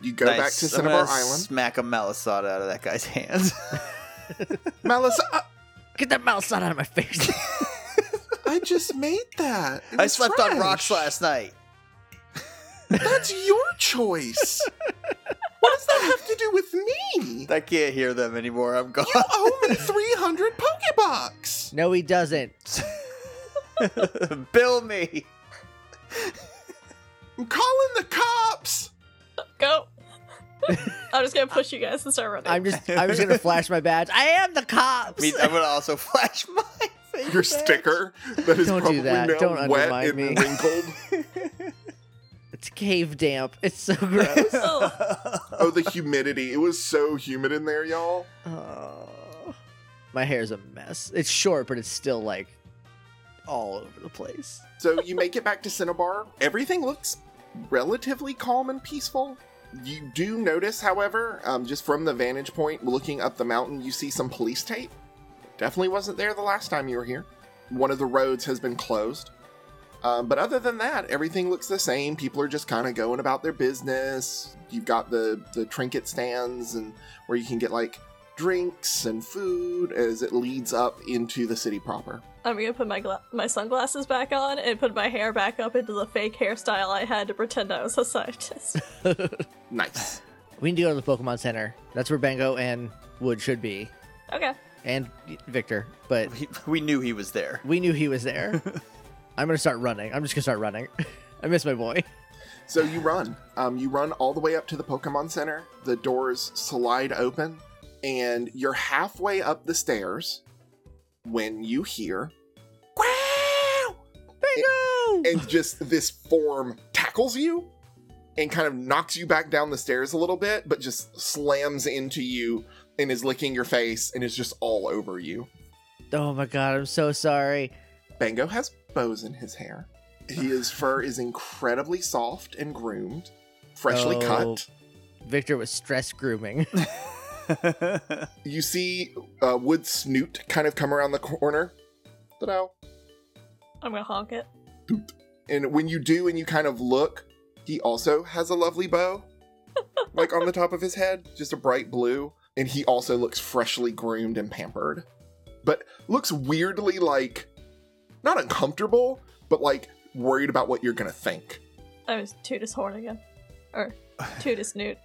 B: You go back to
A: I'm
B: Cinnabar
A: gonna
B: Island.
A: Smack a malasada out of that guy's hand.
B: Malice, I,
C: Get that mouse out of my face.
B: I just made that. It
A: I
B: was
A: slept on
B: fresh.
A: rocks last night.
B: That's your choice. what does that have to do with me?
A: I can't hear them anymore. I'm gone.
B: You owe me 300 Pokebucks.
C: no, he doesn't.
A: Bill me.
B: I'm calling the cops.
D: Go. I'm just gonna push you guys and start running.
C: I'm just, I'm just gonna flash my badge. I am the cops.
A: I mean, I'm gonna also flash my face
B: Your
A: back.
B: sticker that is
C: Don't do
B: probably
C: that.
B: now
C: Don't
B: wet
C: undermine
B: and
C: me.
B: wrinkled.
C: It's cave damp. It's so gross.
B: Oh, the humidity. It was so humid in there, y'all.
C: oh, my hair's a mess. It's short, but it's still like all over the place.
B: So you make it back to Cinnabar. Everything looks relatively calm and peaceful. You do notice, however, um, just from the vantage point looking up the mountain, you see some police tape. Definitely wasn't there the last time you were here. One of the roads has been closed. Um, but other than that, everything looks the same. People are just kind of going about their business. You've got the the trinket stands and where you can get like drinks and food as it leads up into the city proper.
D: I'm gonna put my gla- my sunglasses back on and put my hair back up into the fake hairstyle I had to pretend I was a scientist.
B: Nice.
C: We need to go to the Pokemon Center. That's where Bango and Wood should be,
D: Okay.
C: and Victor. But
A: We, we knew he was there.
C: we knew he was there. I'm gonna start running. I'm just gonna start running. I miss my boy.
B: So you run. Um, you run all the way up to the Pokemon Center. The doors slide open, and you're halfway up the stairs when you hear "Wow!"
C: Bango.
B: and just this form tackles you and kind of knocks you back down the stairs a little bit, but just slams into you and is licking your face and is just all over you.
C: Oh my god, I'm so sorry.
B: Bango has bows in his hair. His fur is incredibly soft and groomed, freshly
F: Oh.
B: cut.
F: Victor was stress grooming.
B: You see uh, Wood Snoot kind of come around the corner. Ta-da.
D: I'm gonna honk it.
B: And when you do and you kind of look, he also has a lovely bow, like on the top of his head, just a bright blue. And he also looks freshly groomed and pampered, but looks weirdly like not uncomfortable, but like worried about what you're going to think.
D: I was Tootus Horn again. Or Tootus Newt.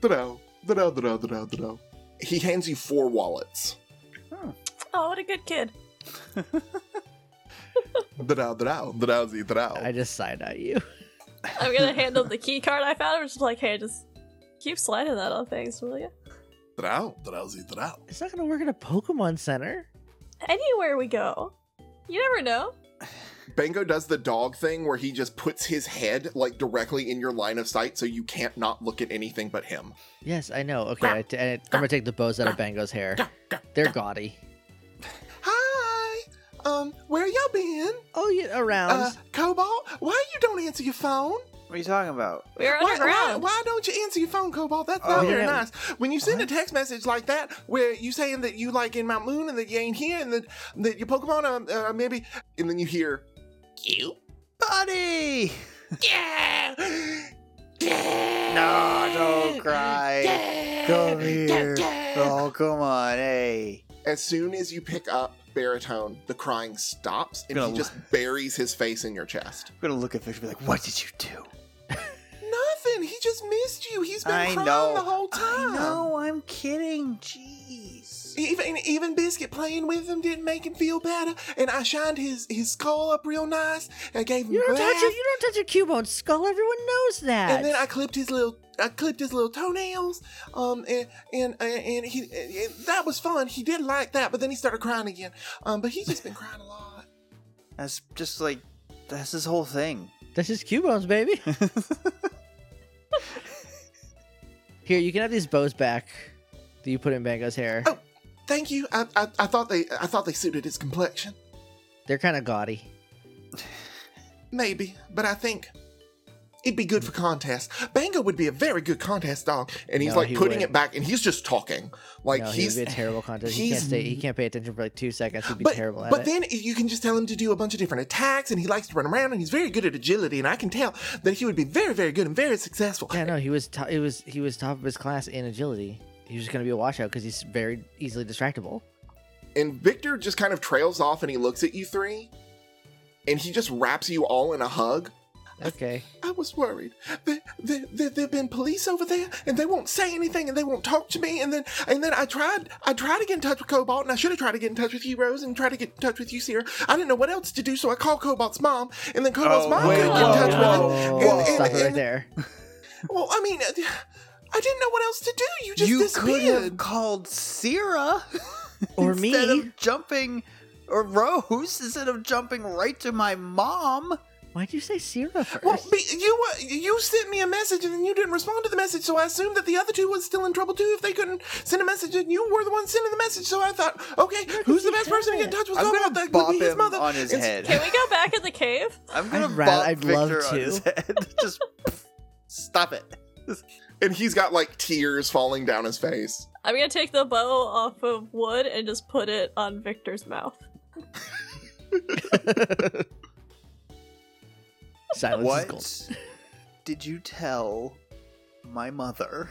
B: Da-da, da-da, da-da, da-da, da-da. He hands you four wallets.
D: Oh, what a good kid.
B: Da-da, da-da, da-da-zee, da-da.
F: I just side at you.
D: I'm gonna hand him the key card I found. I'm just like, hey, just keep sliding that on things, will you?
B: Da-da, da-da-zee, da-da.
F: It's not gonna work at a Pokemon Center.
D: Anywhere we go. You never know.
B: Bango does the dog thing where he just puts his head like directly in your line of sight so you can't not look at anything but him.
F: Yes, I know. Okay, I t- I, I'm gonna take the bows out of Bango's hair. They're gaudy.
B: Hi! Um, where y'all been? Uh,
F: Oh yeah, around.
B: Cobalt, why you don't answer your phone?
A: What are you talking about?
D: We are underground.
B: don't you answer your phone, Cobalt? That's
A: not
F: very nice.
B: When you send a text message like that, where you saying that you like in Mount Moon and that you ain't here and that, that your Pokemon uh, uh, maybe, and then you hear, you?
A: Buddy!
B: Yeah!
A: No, don't cry. Come here. Oh, come on, hey.
B: As soon as you pick up baritone, the crying stops and
A: Gonna-
B: he just buries his face in your chest.
A: I'm gonna look at Victor and be like, what did you do?
B: Nothing. He just missed you. He's
A: been I crying know. the
B: whole
A: I know, I'm kidding. Jeez.
B: Even even Biscuit playing with him didn't make him feel better. And I shined his his skull up real nice. I gave him
F: you don't touch
B: bath,
F: your, you don't touch your Cubone skull. Everyone knows that.
B: And then I clipped his little I clipped his little toenails. Um and and and, and he and- and that was fun. He did like that, but then he started crying again. Um, but he's just been crying a lot.
A: That's just like, that's his whole thing.
F: This is Cubones, baby. Here, you can have these bows back that you put in Bango's hair.
B: Oh. Thank you. I, I I thought they I thought they suited his complexion.
F: They're kind of gaudy.
B: Maybe, but I think it'd be good for contest. Bango would be a very good contest dog. And he's
F: No,
B: like
F: he
B: putting
F: wouldn't.
B: it back, and he's just talking like
F: no,
B: he's.
F: he'd be a terrible contest. He
B: he's-
F: can't stay. He can't pay attention for like two seconds. He'd be
B: but
F: terrible at
B: but
F: it.
B: then you can just tell him to do a bunch of different attacks, and he likes to run around, and he's very good at agility. And I can tell that he would be very, very good and very successful.
F: yeah, no, he was. To- he was. He was top of his class in agility. He was just gonna be a washout because he's very easily distractible.
B: And Victor just kind of trails off, and he looks at you three, and he just wraps you all in a hug.
F: Okay.
B: I was worried. There, there, there, there've been police over there, and they won't say anything, and they won't talk to me. And then, and then I tried, I tried to get in touch with Cobalt, and I should have tried to get in touch with you, Rose, and tried to get in touch with you, Sierra. I didn't know what else to do, so I called Cobalt's mom, and then Cobalt's
A: Oh,
B: mom
A: wait,
B: couldn't get
A: whoa,
B: in touch
A: whoa,
B: with him.
A: whoa.
B: And,
F: Stop
B: and,
F: it right
B: and,
F: there.
B: well, I mean, I didn't know what else to do. You just
A: you could have
B: disappeared.
A: called Sierra
F: Or
A: instead
F: me.
A: of jumping, or Rose instead of jumping right to my mom.
F: Why'd you say Sierra first?
B: Well, be, you uh, you sent me a message and then you didn't respond to the message, so I assumed that the other two was still in trouble too if they couldn't send a message, and you were the one sending the message. So I thought, okay, who's the best person to get in touch with?
A: I'm
B: Cobalt?
A: gonna
B: That would
A: bop
B: be his
A: him
B: mother.
A: on his
B: It's-
A: head.
D: Can we go back in the cave?
A: I'm gonna
F: I'd
A: bop
F: ra- I'd
A: Victor
F: love
A: on
F: to.
A: his head. Just stop it.
B: And he's got like tears falling down his face.
D: I'm gonna take the bow off of wood and just put it on Victor's mouth.
F: Silence is gold.
A: What did you tell my mother?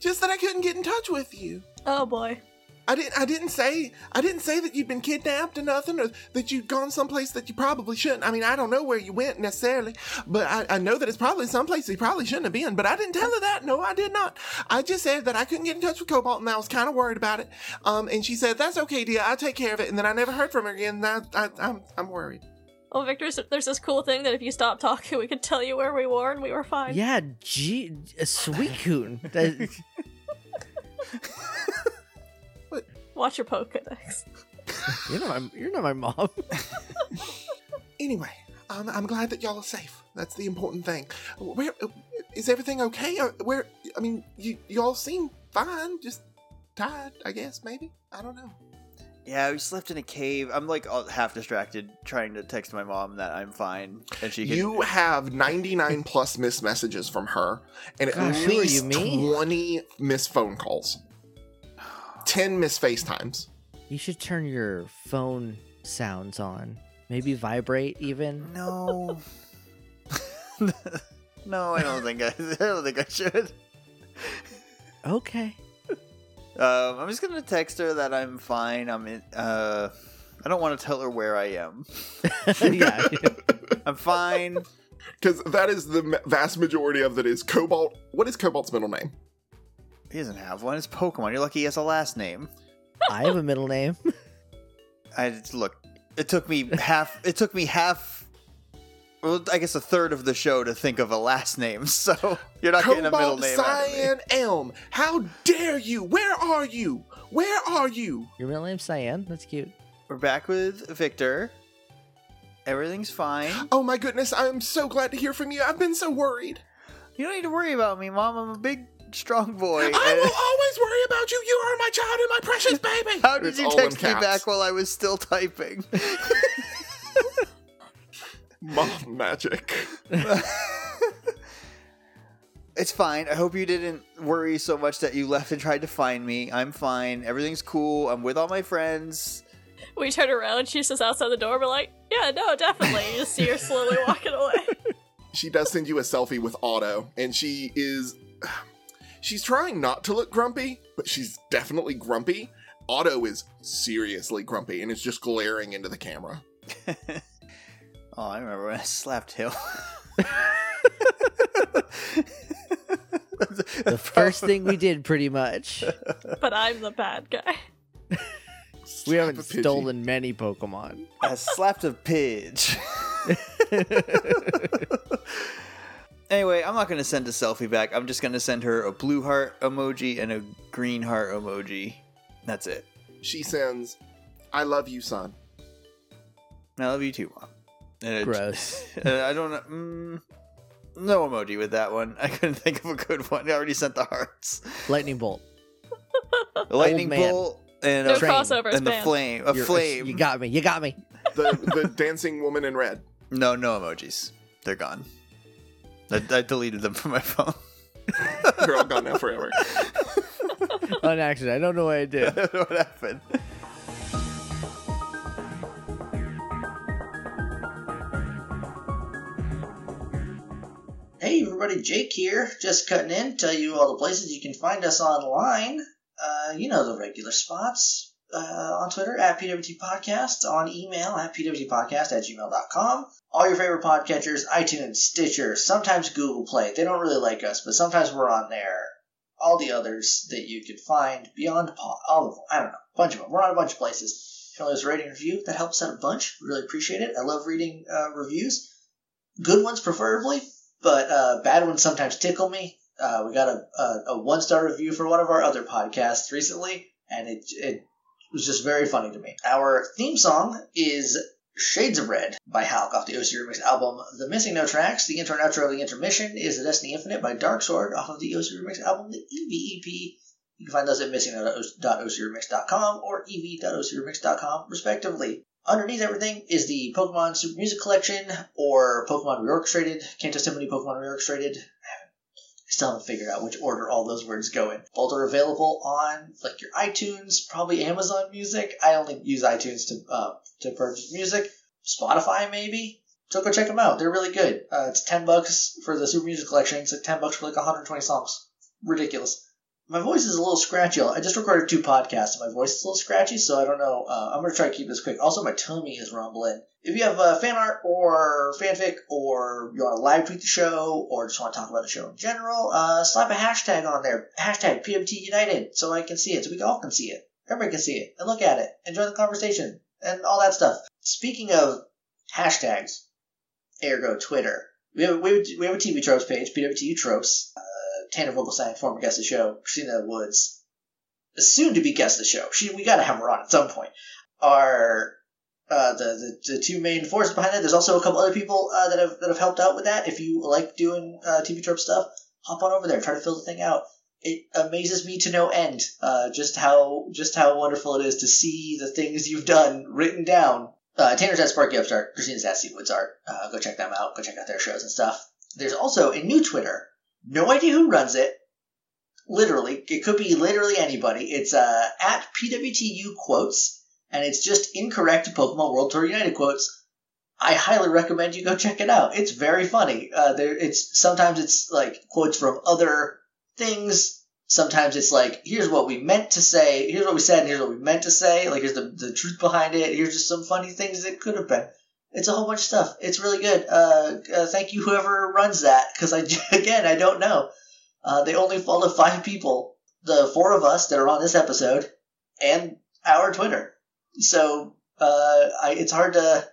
B: Just that I couldn't get in touch with you.
D: Oh boy.
B: I didn't. I didn't say. I didn't say that you'd been kidnapped or nothing, or that you'd gone someplace that you probably shouldn't. I mean, I don't know where you went necessarily, but I, I know that it's probably someplace you probably shouldn't have been. But I didn't tell her that. No, I did not. I just said that I couldn't get in touch with Cobalt, and I was kind of worried about it. Um, and she said, "That's okay, dear. I'll take care of it." And then I never heard from her again. And I, I, I'm, I'm worried.
D: Well, Oh, Victor, s- there's this cool thing that if you stop talking, we could tell you where we were and we were fine.
F: Yeah, gee, a sweet coon. That-
D: Watch your Pokedex.
F: You're not my, you're not my mom.
B: Anyway, um, I'm glad that y'all are safe. That's the important thing. Where is everything okay? Uh, Where I mean, you y'all seem fine. Just tired, I guess. Maybe I don't know.
A: Yeah, we slept in a cave. I'm like all, half distracted trying to text my mom that I'm fine and she can
B: You have 99 plus missed messages from her and at
F: Gosh, who are
B: least
F: you, me?
B: 20 missed phone calls, 10 missed FaceTimes.
F: You should turn your phone sounds on. Maybe vibrate even.
A: No. no, I don't think I, I don't think I should.
F: Okay.
A: Um, I'm just gonna text her that I'm fine. I'm in, uh, I don't want to tell her where I am.
F: yeah.
A: I'm fine.
B: Because that is the ma- vast majority of that is Cobalt. What is Cobalt's middle name?
A: He doesn't have one. It's Pokemon. You're lucky he has a last name.
F: I have a middle name.
A: I just- look. It took me half. It took me half. Well, I guess a third of the show to think of a last name. So you're not getting a middle
B: Cobalt
A: name. Out of me.
B: Cyan Elm. How dare you? Where are you? Where are you?
F: Your middle name's Cyan? That's cute.
A: We're back with Victor. Everything's fine.
B: Oh my goodness, I'm so glad to hear from you. I've been so worried.
A: You don't need to worry about me, Mom. I'm a big, strong boy.
B: I will always worry about you. You are my child and my precious baby.
A: How did
B: It's
A: you
B: all in
A: text me
B: caps.
A: back while I was still typing?
B: Mom magic.
A: it's fine. I hope you didn't worry so much that you left and tried to find me. I'm fine. Everything's cool. I'm with all my friends.
D: We turn around, she's just outside the door. We're like, yeah, no, definitely. You just see her slowly walking away.
B: She does send you a selfie with Otto, and she is. She's trying not to look grumpy, but she's definitely grumpy. Otto is seriously grumpy and is just glaring into the camera.
A: Oh, I remember when I slapped him.
F: The first thing we did, pretty much.
D: But I'm the bad guy.
F: We haven't
B: Slap a pidgey.
F: stolen many Pokemon.
A: I slapped a pidge. anyway, I'm not going to send a selfie back. I'm just going to send her a blue heart emoji and a green heart emoji. That's it.
B: She sends, I love you, son.
A: I love you too, mom. And it-
F: Gross.
A: uh, I don't know. Mm, no emoji with that one. I couldn't think of a good one. I already sent the hearts.
F: Lightning bolt.
A: A lightning
F: man.
A: bolt and
D: No
A: a
F: Train.
D: crossovers,
A: and the
D: man.
A: flame. A
F: You're-
A: flame.
F: You got me. You got me.
B: The, the dancing woman in red.
A: No, no emojis. They're gone. I, I deleted them from my phone.
B: They're all gone now forever.
F: On accident. I don't know what I did.
A: what happened?
C: Hey everybody, Jake here. Just cutting in, tell you all the places you can find us online. Uh, you know the regular spots. Uh, on Twitter at PWT Podcast, on email at pwtpodcast at gmail.com. All your favorite podcatchers, iTunes, Stitcher, sometimes Google Play. They don't really like us, but sometimes we're on there. All the others that you can find beyond pod, all of them. I don't know, a bunch of them. We're on a bunch of places. If you want to leave us a rating and review, that helps out a bunch. Really appreciate it. I love reading uh, reviews. Good ones preferably, but uh, bad ones sometimes tickle me. Uh, we got a, a, a one star review for one of our other podcasts recently, and it, it was just very funny to me. Our theme song is Shades of Red by Halk off the OC Remix album The Missing No Tracks. The intro and outro of the intermission is The Destiny Infinite by Dark Sword off of the OC Remix album The E EV EP. You can find those at missing.ocremix.com or E ev.ocremix.com, respectively. Underneath everything is the Pokemon Super Music Collection or Pokemon Reorchestrated. Can't just tell many Pokemon Reorchestrated. I still haven't figured out which order all those words go in. Both are available on like your iTunes, probably Amazon Music. I only use iTunes to uh, to purchase music. Spotify maybe. So go check them out. They're really good. Uh, it's ten bucks for the Super Music Collection. It's like ten bucks for like 120 songs. Ridiculous. My voice is a little scratchy. I just recorded two podcasts, and my voice is a little scratchy, so I don't know. Uh, I'm gonna try to keep this quick. Also, my tummy is rumbling. If you have uh, fan art or fanfic, or you want to live tweet the show, or just want to talk about the show in general, uh, slap a hashtag on there. Hashtag PMT United, so I can see it, so we all can see it. Everybody can see it and look at it and join the conversation and all that stuff. Speaking of hashtags, ergo Twitter, we have we have, we have a TV tropes page, PWTU tropes. Tanner Vogelsang, former guest of the show, Christina Woods, soon to be guest of the show. She, we got to have her on at some point. Are uh, the, the the two main forces behind it? There's also a couple other people uh, that have that have helped out with that. If you like doing uh, TV trope stuff, hop on over there, try to fill the thing out. it amazes me to no end uh, just how just how wonderful it is to see the things you've done written down. Uh, Tanner's at Sparky Upstart, Christina's at Seawoods Art. Uh, go check them out. Go check out their shows and stuff. There's also a new Twitter. No idea who runs it. Literally, it could be literally anybody. It's uh, at PWTU quotes, and it's just incorrect Pokemon World Tour United quotes. I highly recommend you go check it out. It's very funny. Uh, there, it's sometimes it's like quotes from other things. Sometimes it's like, here's what we meant to say, here's what we said, and here's what we meant to say. Like, here's the, the truth behind it. Here's just some funny things that could have been. It's a whole bunch of stuff. It's really good. Uh, uh, thank you, whoever runs that, because I again I don't know. Uh, they only follow five people, the four of us that are on this episode, and our Twitter. So uh, I, it's hard to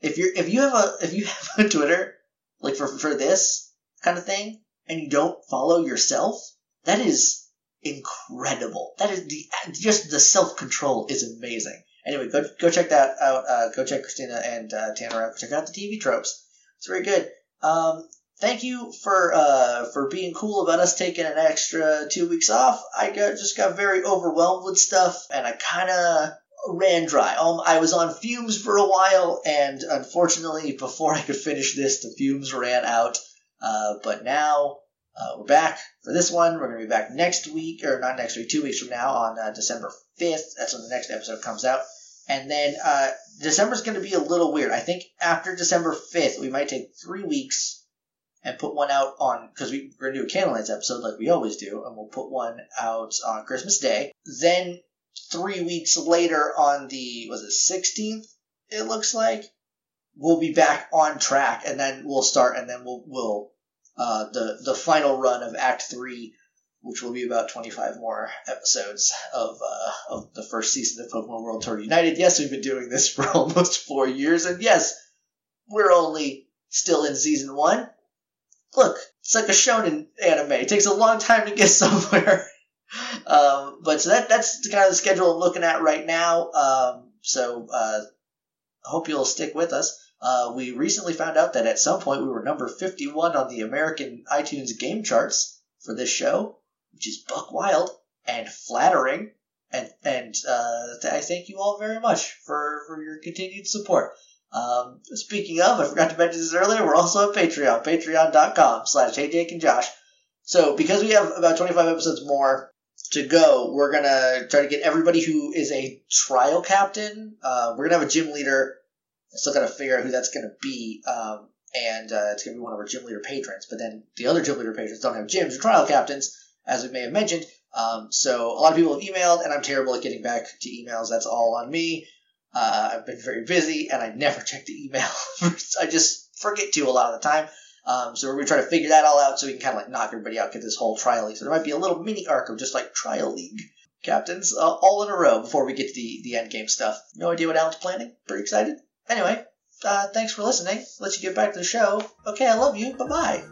C: if you are if you have a if you have a Twitter like for for this kind of thing, and you don't follow yourself, that is incredible. That is the just the self control is amazing. Anyway, go go check that out. Uh, go check Christina and uh, Tanner out. Check out the TV tropes. It's very good. Um, thank you for uh, for being cool about us taking an extra two weeks off. I got just got very overwhelmed with stuff, and I kind of ran dry. Um, I was on fumes for a while, and unfortunately, before I could finish this, the fumes ran out. Uh, but now uh, we're back for this one. We're going to be back next week, or not next week, two weeks from now on uh, December 5th. That's when the next episode comes out. And then uh, December's going to be a little weird. I think after December 5th, we might take three weeks and put one out on, because we, we're going to do a Candlelights episode like we always do, and we'll put one out on Christmas Day. Then three weeks later on the was it 16th it looks like we'll be back on track and then we'll start and then we'll we'll uh, the the final run of act three which will be about 25 more episodes of uh, of the first season of pokemon world tour united yes we've been doing this for almost four years and yes we're only still in season one look it's like a shonen anime it takes a long time to get somewhere um, but so that that's the kind of the schedule I'm looking at right now. Um, so uh, I hope you'll stick with us. Uh, we recently found out that at some point we were number 51 on the American iTunes game charts for this show, which is buck wild and flattering. And and uh, th- I thank you all very much for for your continued support. Um, speaking of, I forgot to mention this earlier. We're also on Patreon, Patreon.com/slash Hey Jake and Josh. So because we have about 25 episodes more to go, we're gonna try to get everybody who is a trial captain. Uh, we're gonna have a gym leader. Still gotta figure out who that's gonna be, um, and uh, it's gonna be one of our gym leader patrons. But then the other gym leader patrons don't have gyms or trial captains, as we may have mentioned. Um, so a lot of people have emailed, and I'm terrible at getting back to emails. That's all on me. Uh, I've been very busy, and I never check the email. I just forget to a lot of the time. Um, so we're going to try to figure that all out so we can kind of like knock everybody out, get this whole trial league. So there might be a little mini arc of just like trial league captains uh, all in a row before we get to the, the end game stuff. No idea what Alan's planning. Pretty excited. Anyway, uh, thanks for listening. Let you get back to the show. Okay, I love you. Bye bye.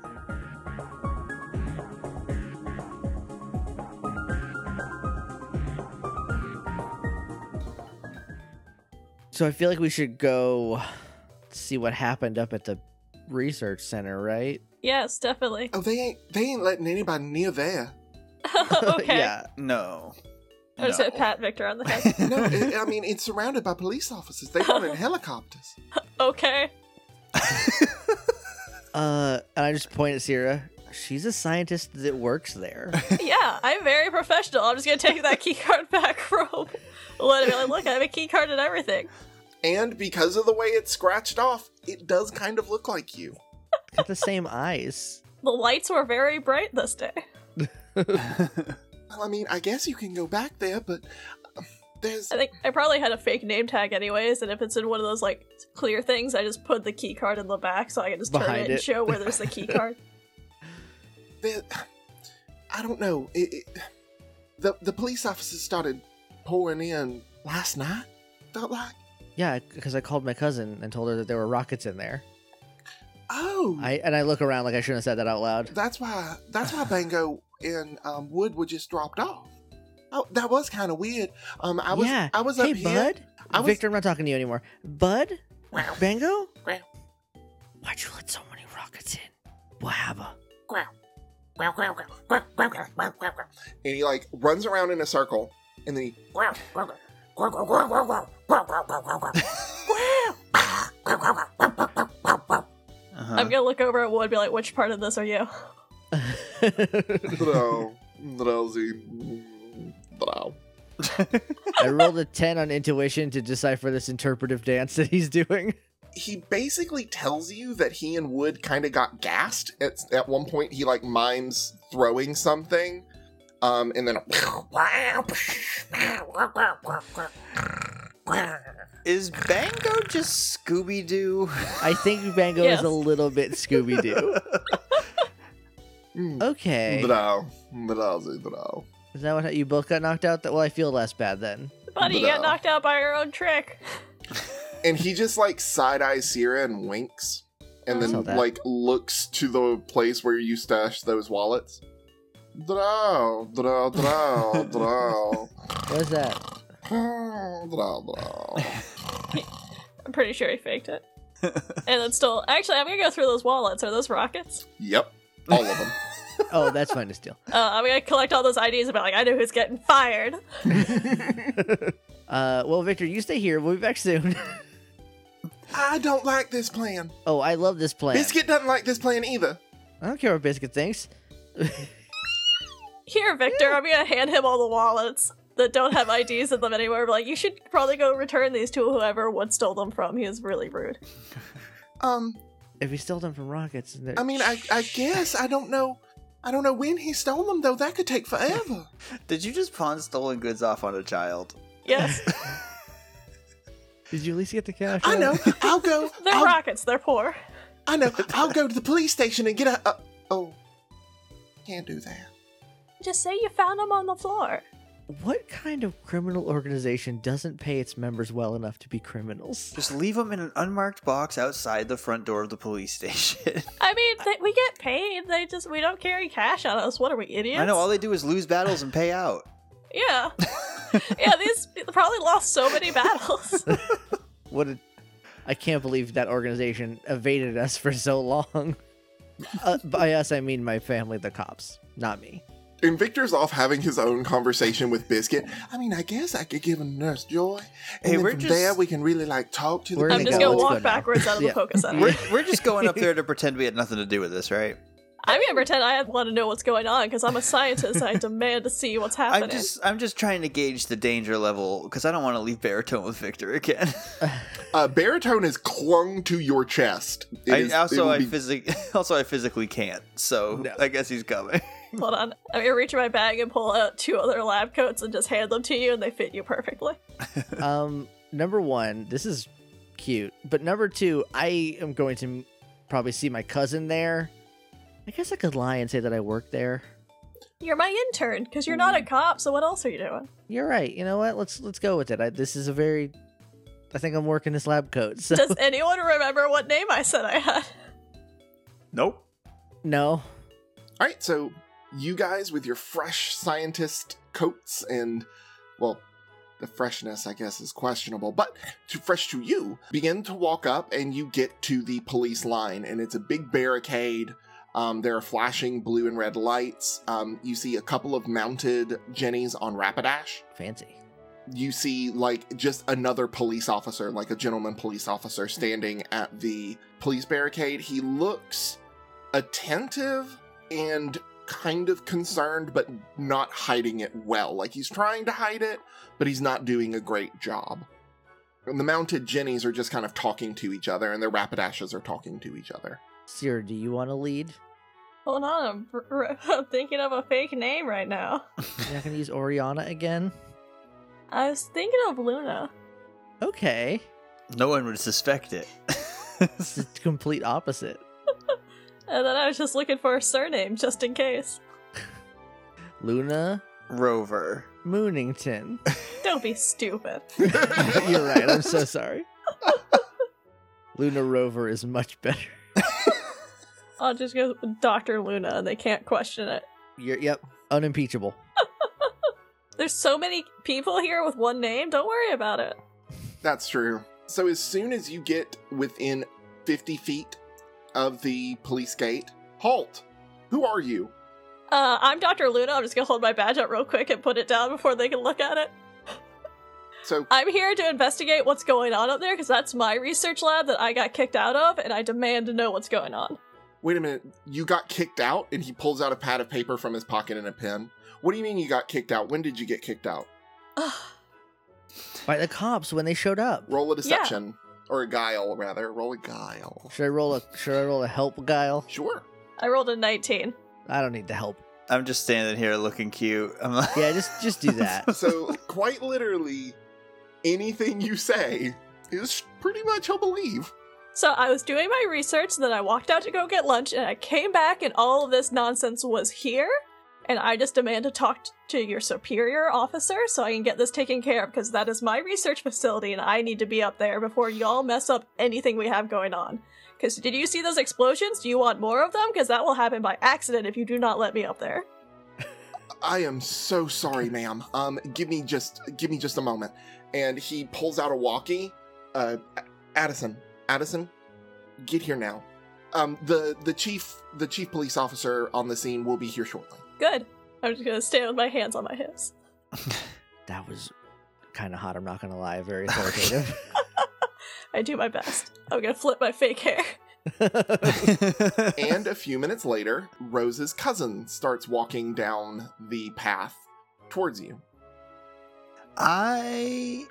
F: So I feel like we should go see what happened up at the research center, right?
D: Yes, definitely.
G: Oh, they ain't they ain't letting anybody near there.
D: okay.
F: yeah.
A: No.
D: I just
A: No.
D: hit pat Victor on the head.
G: No, it, I mean it's surrounded by police officers. They run in helicopters.
D: okay.
F: Uh, and I just point at Sierra. She's a scientist that works there.
D: Yeah, I'm very professional. I'm just gonna take that key card back from let it be like, look, I have a key card and everything.
G: And because of the way it's scratched off, it does kind of look like you.
F: Got the same eyes.
D: The lights were very bright this day.
A: Uh-huh.
G: Well, I mean, I guess you can go back there, but uh, there's
D: I think I probably had a fake name tag anyways, and if it's in one of those like clear things, I just put the key card in the back so I can just turn
F: Behind
D: it,
F: it.
D: and show where there's the key card.
G: there, I don't know. It, it, the the police officers started pouring in last night. Felt like
F: Yeah, because I called my cousin and told her that there were rockets in there.
G: oh,
F: I and I look around like I shouldn't have said that out loud.
G: that's why that's why Bango and um, Wood were just dropped off. Oh, that was kind of weird. Um, I was
F: yeah.
G: I was up
F: hey,
G: here.
F: Bud.
G: I was-
F: Victor, I'm not talking to you anymore. Bud.
G: Wow.
F: Bango.
G: Wow.
F: Why'd you let so many rockets in? Wahaba.
G: Growl. Growl, growl, growl, growl, growl, growl, growl, growl.
B: and he like runs around in a circle, and then he
A: Uh-huh.
D: I'm gonna look over at Wood and be like, which part of this are you?
B: little little zoom, little.
F: I rolled a 10 on intuition to decipher this interpretive dance that he's doing.
B: he basically tells you that he and Wood kind of got gassed. At, at one point, he like mimes throwing something, um, and then
A: Is Bango just Scooby Doo?
F: I think Bango
D: Yes.
F: is a little bit Scooby Doo. Okay.
B: Blah, blah, blah, blah.
F: Is that what you both got knocked out? That Well, I feel less bad then.
D: Buddy, you got
B: No.
D: knocked out by your own trick.
B: and he just like side eyes Sierra and winks, and
F: I saw
B: then
F: that.
B: like looks to the place where you stashed those wallets. Drow, drow, drow, drow.
F: What is that?
B: Drow, drow.
D: I'm pretty sure he faked it. and then still, actually, I'm gonna go through those wallets. Are those rockets?
B: Yep, all of them.
F: Oh, that's fine to steal.
D: Uh, I'm gonna collect all those IDs about like I know who's getting fired.
F: Uh, well, Victor, you stay here. We'll be back soon.
B: I don't like this plan.
F: oh, I love this plan.
B: Biscuit doesn't like this plan either.
F: I don't care what Biscuit thinks.
D: Here, Victor, I'm gonna hand him all the wallets that don't have IDs in them anymore. Be like, you should probably go return these to whoever Wood stole them from. He is really rude.
B: Um,
F: If he stole them from Rockets, then
B: I mean, I, I guess I don't know. I don't know when he stole them though. That could take forever.
A: Did you just pawn stolen goods off on a child?
D: Yes,
F: did you at least get the cash?
B: I
F: out?
B: know. I'll go.
D: they're
B: I'll-
D: rockets. They're poor.
B: I know. I'll go to the police station and get a. a oh, can't do that.
D: Just say you found them on the floor.
F: What kind of criminal organization doesn't pay its members well enough to be criminals?
A: Just leave them in an unmarked box outside the front door of the police station.
D: I mean, they, we get paid. They just we don't carry cash on us. What are we idiots?
A: I know all they do is lose battles and pay out.
D: Yeah, yeah. These people probably lost so many battles.
F: What a. I can't believe that organization evaded us for so long. uh, by us, I mean my family, the cops, not me.
B: And Victor's off having his own conversation with Biscuit. I mean, I guess I could give him Nurse Joy, and
A: Hey,
B: then
A: we're
B: from
A: just-
B: there we can really like talk to the.
F: We're
D: I'm
B: people.
D: just
F: go.
D: gonna
F: Let's
D: walk
F: go now.
D: backwards out of
F: Yeah.
D: the Poke Center.
A: We're, we're just going up there to pretend we had nothing to do with this, right?
D: I'm gonna pretend I want to know what's going on because I'm a scientist. I demand to see what's happening.
A: I'm just I'm just trying to gauge the danger level because I don't want to leave Baritone with Victor again.
B: Uh, baritone is clung to your chest. It
A: I,
B: is- it
A: also
B: will
A: I
B: be-
A: physic also I physically can't, so
F: No.
A: I guess he's coming.
D: Hold on. I'm gonna reach in my bag and pull out two other lab coats and just hand them to you, and they fit you perfectly.
F: Um, number one, this is cute, but number two, I am going to probably see my cousin there. I guess I could lie and say that I work there.
D: You're my intern because you're not a cop. So what else are you doing?
F: You're right. You know what? Let's let's go with it. I, this is a very. I think I'm working this lab coat. So
D: Does anyone remember what name I said I had?
A: Nope.
F: no,
B: All right, so you guys with your fresh scientist coats and, well, the freshness, I guess, is questionable, but to fresh to you, begin to walk up and you get to the police line, and it's a big barricade. Um, there are flashing blue and red lights. Um, you see a couple of mounted Jennies on Rapidash.
F: fancy.
B: You see, like, just another police officer, like a gentleman police officer, standing at the police barricade. He looks attentive and kind of concerned, but not hiding it well. Like he's trying to hide it, but he's not doing a great job. And the mounted jennies are just kind of talking to each other, and their rapidashes are talking to each other.
F: Sir, do you want to lead?
D: Hold on, I'm, r- I'm thinking of a fake name right now.
F: You're not gonna use Oriana again?
D: I was thinking of Luna.
F: Okay,
A: No one would suspect it.
F: it's the complete opposite.
D: And then I was just looking for a surname just in case.
F: Luna
A: Rover.
F: Moonington.
D: Don't be stupid.
F: You're right. I'm so sorry. Luna Rover is much better.
D: I'll just go with Dr. Luna and they can't question it.
F: You're yep, unimpeachable.
D: There's so many people here with one name. Don't worry about it.
B: That's true. So as soon as you get within 50 feet of the police gate, halt! Who are you?
D: Uh, I'm Dr. Luna. I'm just gonna hold my badge up real quick and put it down before they can look at it.
B: So
D: I'm here to investigate what's going on up there because that's my research lab that I got kicked out of, and I demand to know what's going on.
B: wait a minute. You got kicked out, and he pulls out a pad of paper from his pocket and a pen. What do you mean you got kicked out? When did you get kicked out?
F: by the cops when they showed up.
B: Roll a deception or a guile, rather. Roll a guile.
F: Should I roll a Should I roll a help guile?
B: Sure.
D: I rolled a 19.
F: I don't need the help.
A: I'm just standing here looking cute. I'm like,
F: Yeah, just just do that.
B: So quite literally, anything you say is pretty much he'll believe.
D: So I was doing my research, and then I walked out to go get lunch, and I came back, and all of this nonsense was here. And I just demand to talk t- to your superior officer so I can get this taken care of because that is my research facility, and I need to be up there before y'all mess up anything we have going on. Because did you see those explosions? Do you want more of them? Because that will happen by accident if you do not let me up there.
B: I am so sorry, ma'am. Um, give me just give me just a moment. And he pulls out a walkie. Uh, Addison, Addison, get here now. Um, the the chief the chief police officer on the scene will be here shortly.
D: Good. I'm just gonna stand with my hands on my hips.
F: That was kind of hot. I'm not gonna lie. Very authoritative.
D: I do my best. I'm gonna flip my fake hair.
B: and a few minutes later, Rose's cousin starts walking down the path towards you.
A: I.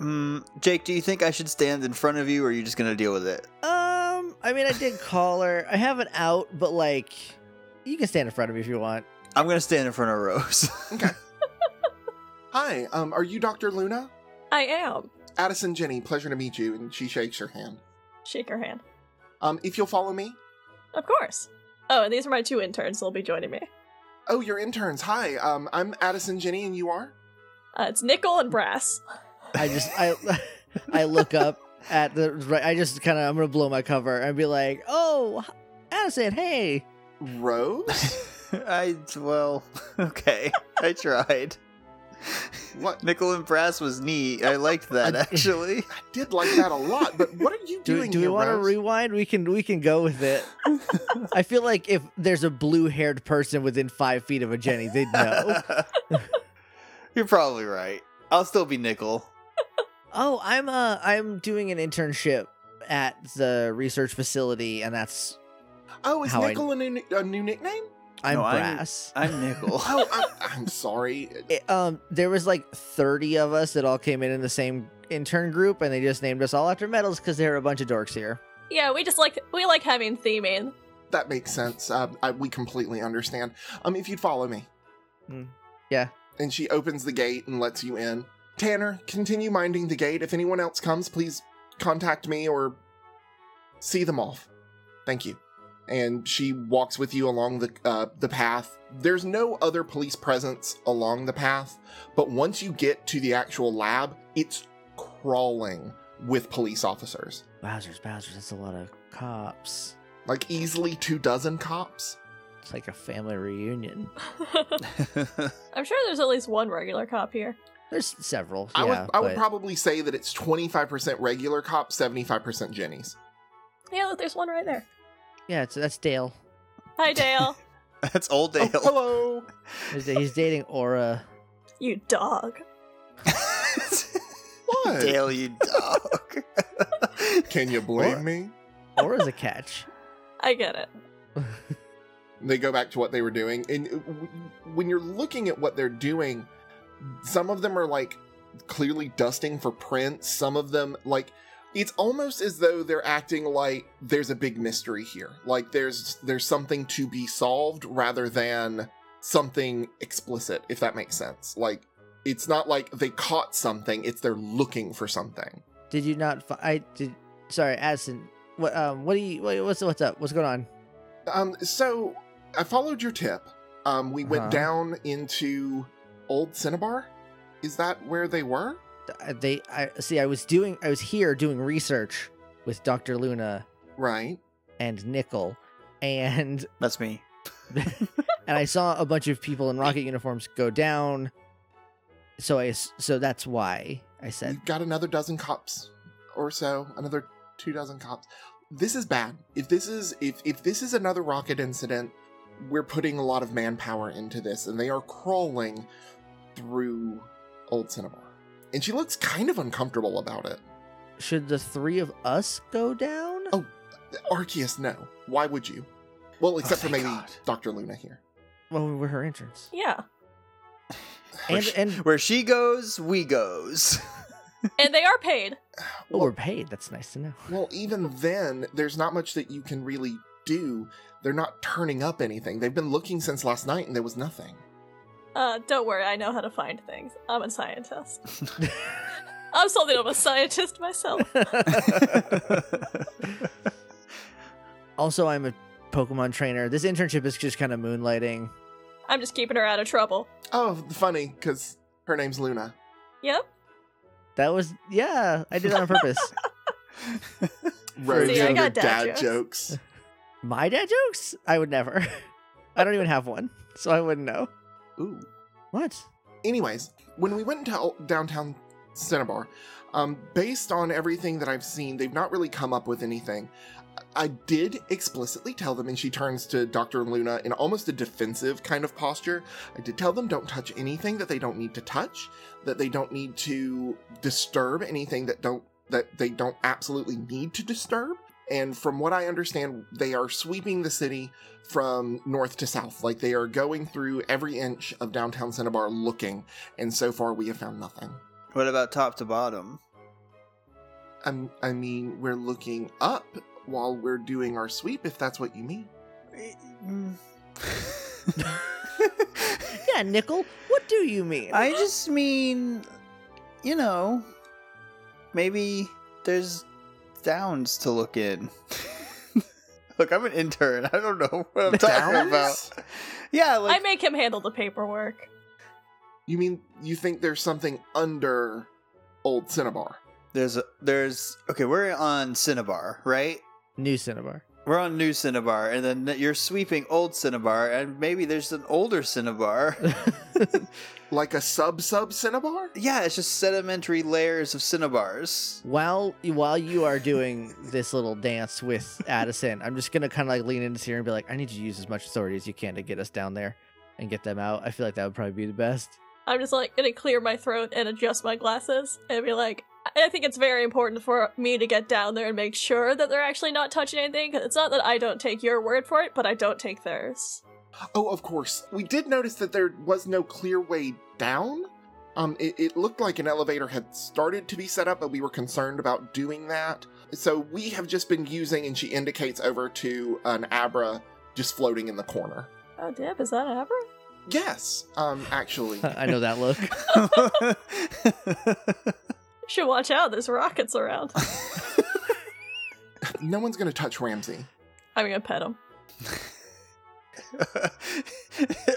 A: Mm, Jake, do you think I should stand in front of you, or are you just gonna deal with it?
F: um, I mean, I did call her. I have an out, but like, you can stand in front of me if you want.
A: I'm gonna stand in front of Rose.
B: Okay. Hi, um, are you Dr. Luna?
D: I am.
B: Addison Jenny, pleasure to meet you. And she shakes her hand.
D: Shake her hand.
B: Um, if you'll follow me.
D: Of course. Oh, and these are my two interns. They'll be joining me.
B: Oh, you're interns. Hi, um, I'm Addison Jenny, and you are?
D: Uh, it's Nickel and Brass.
F: I just I I look up at the right. I just kind of I'm gonna blow my cover and be like, oh, Addison, hey.
B: Rose?
A: I well, okay. I tried.
B: What?
A: Nickel and brass was neat. I liked that actually.
B: I did like that a lot, but what are you
F: Do, we-
B: doing
F: do we
B: here,
F: want to
B: Rose?
F: rewind? We can we can go with it. I feel like if there's a blue haired person within five feet of a Jenny, they'd know.
A: You're probably right. I'll still be nickel.
F: oh, I'm uh I'm doing an internship at the research facility, and that's
B: oh, is
F: how I-
B: Nickel a, new, a new nickname?
F: I'm
A: No, I'm-
F: brass.
A: I'm nickel.
B: Oh, I'm, I'm sorry.
F: It- um, there was like 30 of us that all came in in the same intern group, and they just named us all after medals because there are a bunch of dorks here.
D: Yeah, we just like we like having theming.
B: That makes sense. Uh, I, we completely understand. Um, if you'd follow me.
F: Mm. Yeah.
B: And she opens the gate and lets you in. Tanner, continue minding the gate. If anyone else comes, please contact me or see them off. Thank you. And she walks with you along the uh, the path. There's no other police presence along the path, but once you get to the actual lab, it's crawling with police officers,
F: Bowser's, Bowser's, that's a lot of cops.
B: like easily two dozen cops.
F: It's like a family reunion.
D: I'm sure there's at least one regular cop here.
F: There's several.
B: I
F: yeah,
B: would I would
F: but-
B: probably say that it's 25% regular cops, 75% Jennies.
D: Yeah, look, there's one right there.
F: Yeah, it's, that's Dale.
D: Hi, Dale.
A: That's old
B: Oh,
A: Dale.
B: hello.
F: He's, he's dating Aura.
D: you dog.
B: What?
A: Dale, you dog.
B: Can you blame me?
F: Aura's a catch.
D: I get it.
B: They go back to what they were doing. And uh, w- when you're looking at what they're doing, some of them are like clearly dusting for prints. Some of them, like, it's almost as though they're acting like there's a big mystery here. Like there's there's something to be solved rather than something explicit, if that makes sense. Like it's not like they caught something, it's they're looking for something.
F: Did you not? Fi- I did. Sorry, Addison. What? Um. What do you? What, what's what's up? What's going on?
B: Um, so I followed your tip. Um, we went
F: Uh-huh.
B: down into Old Cinnabar. Is that where they were?
F: Uh, They. I see. I was doing. I was here doing research with Doctor Luna
B: Right.
F: and Nickel, and
A: That's me.
F: and I saw a bunch of people in rocket uniforms go down. So I. s- So that's why I said.
B: You got another dozen cops or so. Another two dozen cops. This is bad. If this is if if this is another rocket incident, we're putting a lot of manpower into this, and they are crawling through Old Cinema. And she looks kind of uncomfortable about it.
F: Should the three of us go down?
B: Oh. Arceus, no. Why would you? Well, except for
A: Oh, thank
B: maybe
A: God.
B: Dr. Luna here.
F: Well, we're her entrance.
D: Yeah.
F: And,
A: Which-
F: and
A: Where she goes, we goes.
D: And they are paid.
F: oh,
B: Well-
F: we're paid. That's nice to know.
B: Well, even then, there's not much that you can really do. They're not turning up anything. They've been looking since last night and there was nothing.
D: Uh, don't worry, I know how to find things. I'm a scientist. I'm something of a scientist myself.
F: also, I'm a Pokemon trainer. This internship is just kind of moonlighting.
D: I'm just keeping her out of trouble.
B: Oh, funny, because her name's Luna.
D: Yep.
F: That was yeah. I did it on purpose.
B: Rose
D: See, I
B: and her
D: got dad
B: dad jokes.
F: My dad jokes? I would never. I don't even have one, so I wouldn't know.
A: Ooh.
F: What?
B: Anyways, when we went to downtown Cinnabar, um, based on everything that I've seen, they've not really come up with anything. I did explicitly tell them, and she turns to Dr. Luna in almost a defensive kind of posture. I did tell them don't touch anything that they don't need to touch, that they don't need to disturb anything that don't that they don't absolutely need to disturb. And from what I understand, they are sweeping the city from north to south. Like they are going through every inch of downtown Cinnabar looking, and so far we have found nothing.
A: What about top to bottom?
B: i Um, I mean, we're looking up while we're doing our sweep, if that's what you mean.
F: Yeah, Nickel. What do you mean?
A: I just mean, you know, maybe there's downs to look in. Look, I'm an intern. I don't know what I'm talking
B: Downs?
A: about. Yeah, like
D: I make him handle the paperwork.
B: You mean you think there's something under old Cinnabar?
A: there's a, there's okay. We're on Cinnabar, right?
F: New Cinnabar.
A: We're on new Cinnabar, and then you're sweeping old Cinnabar, and maybe there's an older Cinnabar.
B: Like a sub sub Cinnabar?
A: yeah, it's just sedimentary layers of Cinnabars.
F: while while you are doing this little dance with Addison, I'm just gonna kind of like lean into Sierra and be like, I need you to use as much authority as you can to get us down there and get them out. I feel like that would probably be the best.
D: I'm just like gonna clear my throat and adjust my glasses and be like, I I think it's very important for me to get down there and make sure that they're actually not touching anything. 'cause It's not that I don't take your word for it, but I don't take theirs.
B: Oh, of course. We did notice that there was no clear way down. Um, it, it looked like an elevator had started to be set up, but we were concerned about doing that. So we have just been using, and she indicates over to an Abra just floating in the corner.
D: Oh, Deb, is that ever?
B: Yes, um, actually.
F: I know that look.
D: Should watch out. There's rockets around.
B: no one's going to touch Ramsey.
D: I'm gonna pet him.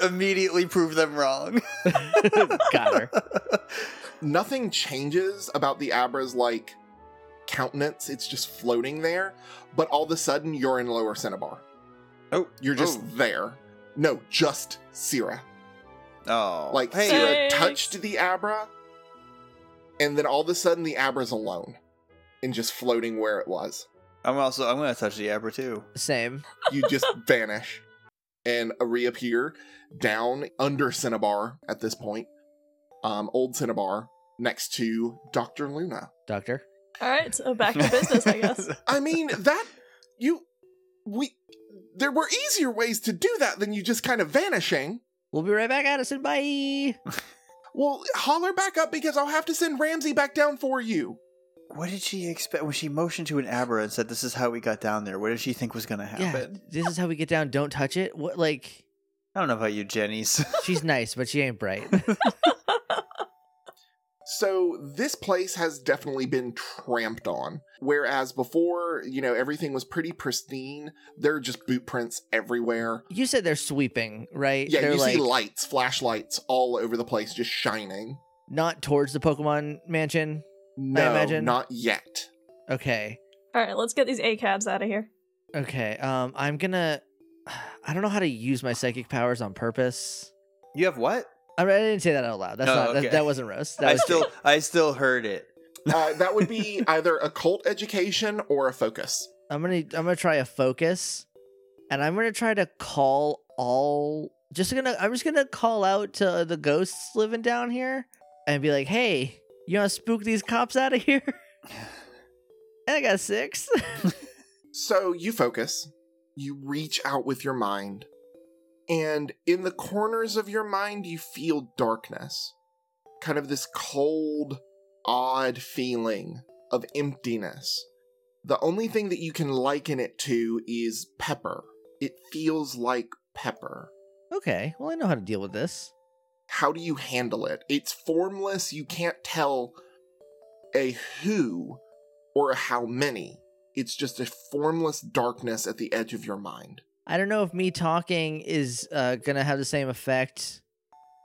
A: Immediately prove them wrong.
F: Got her.
B: Nothing changes about the Abra's, like, countenance. It's just floating there. But all of a sudden, you're in Lower Cinnabar.
A: Oh,
B: You're just
A: oh.
B: there. No, just Syrah.
A: Oh,
B: Like
A: hey,
B: Sierra
D: Thanks.
B: touched the Abra, and then all of a sudden the Abra's alone and just floating where it was.
A: I'm also I'm gonna touch the Abra too.
F: Same.
B: You just vanish and reappear down under Cinnabar at this point. Um, old Cinnabar next to Dr. Luna.
F: Doctor.
D: All right, so back to business, I guess.
B: I mean, that you we there were easier ways to do that than you just kind of vanishing.
F: We'll be right back, Addison. Bye.
B: Well, holler back up because I'll have to send Ramsey back down for you.
A: What did she expect when she motioned to an Abra and said, "This is how we got down there"? What did she think was gonna
F: Yeah.
A: happen?
F: This is how we get down. Don't touch it. What like
A: I don't know about you, Jennies.
F: she's nice, but she ain't bright.
B: So this place has definitely been tramped on. Whereas before, you know, everything was pretty pristine. There are just boot prints everywhere.
F: You said they're sweeping, right?
B: Yeah,
F: they're
B: you
F: like
B: see lights, flashlights all over the place, just shining.
F: not towards the Pokemon mansion.
B: No,
F: imagine.
B: not yet.
F: Okay.
D: All right, let's get these A cabs out of here.
F: Okay. Um, I'm gonna. I don't know how to use my psychic powers on purpose.
A: you have what?
F: I, mean, I didn't say that out loud. That's
A: Oh,
F: not.
A: okay.
F: That, that wasn't roast. That
A: I
F: was
A: still I still heard it.
B: Uh, that would be either occult education or a focus.
F: I'm gonna. I'm gonna try a focus, and I'm gonna try to call all just gonna I'm just gonna call out to the ghosts living down here and be like, hey, you wanna spook these cops out of here? And I got a six.
B: So you focus, you reach out with your mind, and in the corners of your mind, you feel darkness. Kind of this cold, odd feeling of emptiness. The only thing that you can liken it to is pepper. It feels like pepper.
F: okay, well I know how to deal with this.
B: How do you handle it? It's formless. You can't tell a who or a how many. It's just a formless darkness at the edge of your mind.
F: I don't know if me talking is uh, gonna have the same effect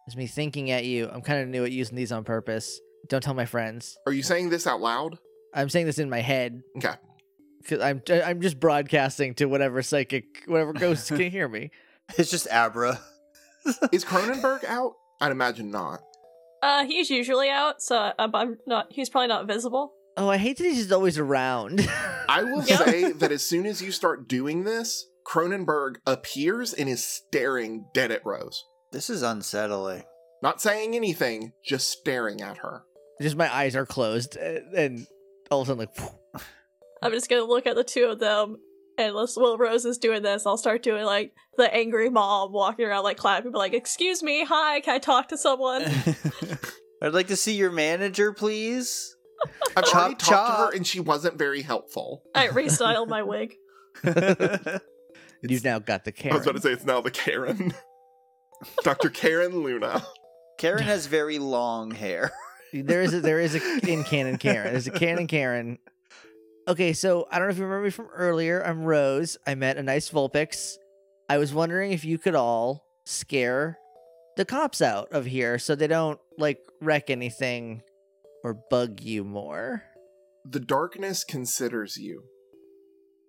F: as me thinking at you. I'm kind of new at using these on purpose. Don't tell my friends.
B: Are you saying this out loud?
F: I'm saying this in my head.
B: Okay.
F: 'Cause I'm I'm just broadcasting to whatever psychic, whatever ghosts can hear me.
A: It's just Abra.
B: Is Cronenberg out? I'd imagine not.
D: Uh, he's usually out, so I- I'm, I'm not. He's probably not visible.
F: Oh, I hate that he's just always around.
B: I will
D: Yeah.
B: say that as soon as you start doing this, Cronenberg appears and is staring dead at Rose.
A: This is unsettling.
B: Not saying anything, just staring at her.
F: just my eyes are closed, uh, and all of a sudden, like,
D: I'm just gonna look at the two of them, and let's. While Rose is doing this, I'll start doing like the angry mom walking around like clapping, be like, "Excuse me, hi, can I talk to someone?"
A: I'd like to see your manager, please.
B: I've
A: Chop,
B: already talked to
A: chop.
B: her and she wasn't very helpful.
D: I restyled my wig.
F: you've now got
B: I
F: the Karen.
B: was about to say it's now the Karen. Dr. Karen Luna.
A: Karen has very long hair.
F: There is a, there is a in canon Karen. There's a canon Karen. Okay, so I don't know if you remember me from earlier. I'm Rose. I met a nice Vulpix. I was wondering if you could all scare the cops out of here so they don't like wreck anything or bug you more.
B: The darkness considers you.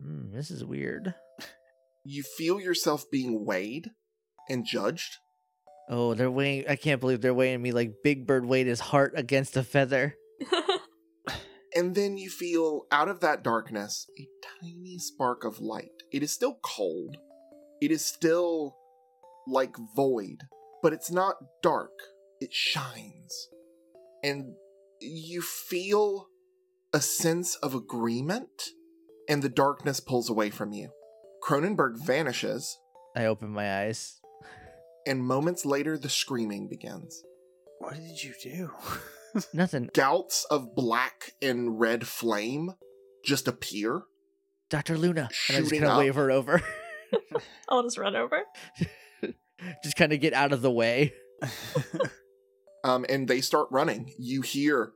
F: Hmm, this is weird.
B: You feel yourself being weighed and judged.
F: Oh, they're weighing. I can't believe they're weighing me like Big Bird weighed his heart against a feather.
B: And then you feel out of that darkness a tiny spark of light. It is still cold. It is still like void, but it's not dark. It shines. And you feel a sense of agreement, and the darkness pulls away from you. Cronenberg vanishes,
F: I open my eyes.
B: and moments later, the screaming begins.
A: What did you do?
F: Nothing.
B: Gouts of black and red flame just appear.
F: Dr. Luna. And I just
B: Shooting
F: kind of
B: up.
F: wave her over.
D: I'll just run over.
F: just kind of get out of the way.
B: um, and they start running. You hear,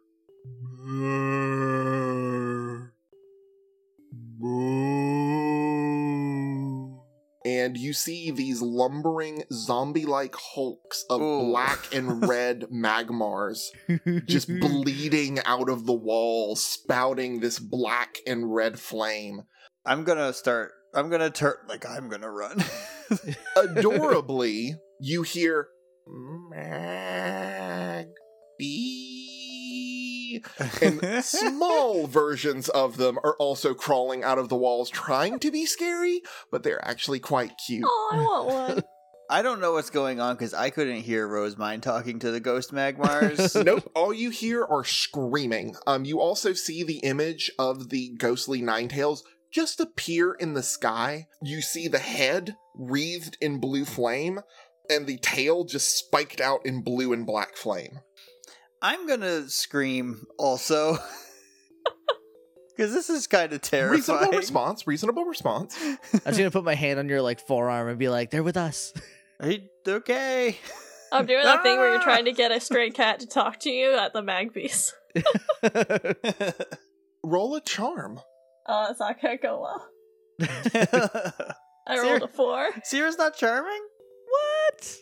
B: and you see these lumbering zombie-like hulks of
A: Ooh.
B: black and red magmars just bleeding out of the wall, spouting this black and red flame.
A: I'm gonna start. I'm gonna turn. Like I'm gonna run.
B: Adorably, you hear mag bee and small versions of them are also crawling out of the walls trying to be scary but they're actually quite cute
D: Oh, I want one.
A: I don't know what's going on because I couldn't hear Rosemine talking to the ghost magmars.
B: nope all you hear are screaming um you also see the image of the ghostly ninetails just appear in the sky you see the head wreathed in blue flame and the tail just spiked out in blue and black flame
A: I'm gonna scream also because this is kind of terrifying.
B: reasonable response reasonable response
F: I was gonna put my hand on your like forearm and be like, "They're with us."
A: Are you okay?
D: I'm doing that thing where you're
A: Ah!
D: trying to get a stray cat to talk to you at the Magpies.
B: roll a charm
D: Uh, it's not gonna go well. I rolled a
A: Sure.
D: four.
A: Sierra's not charming.
F: what?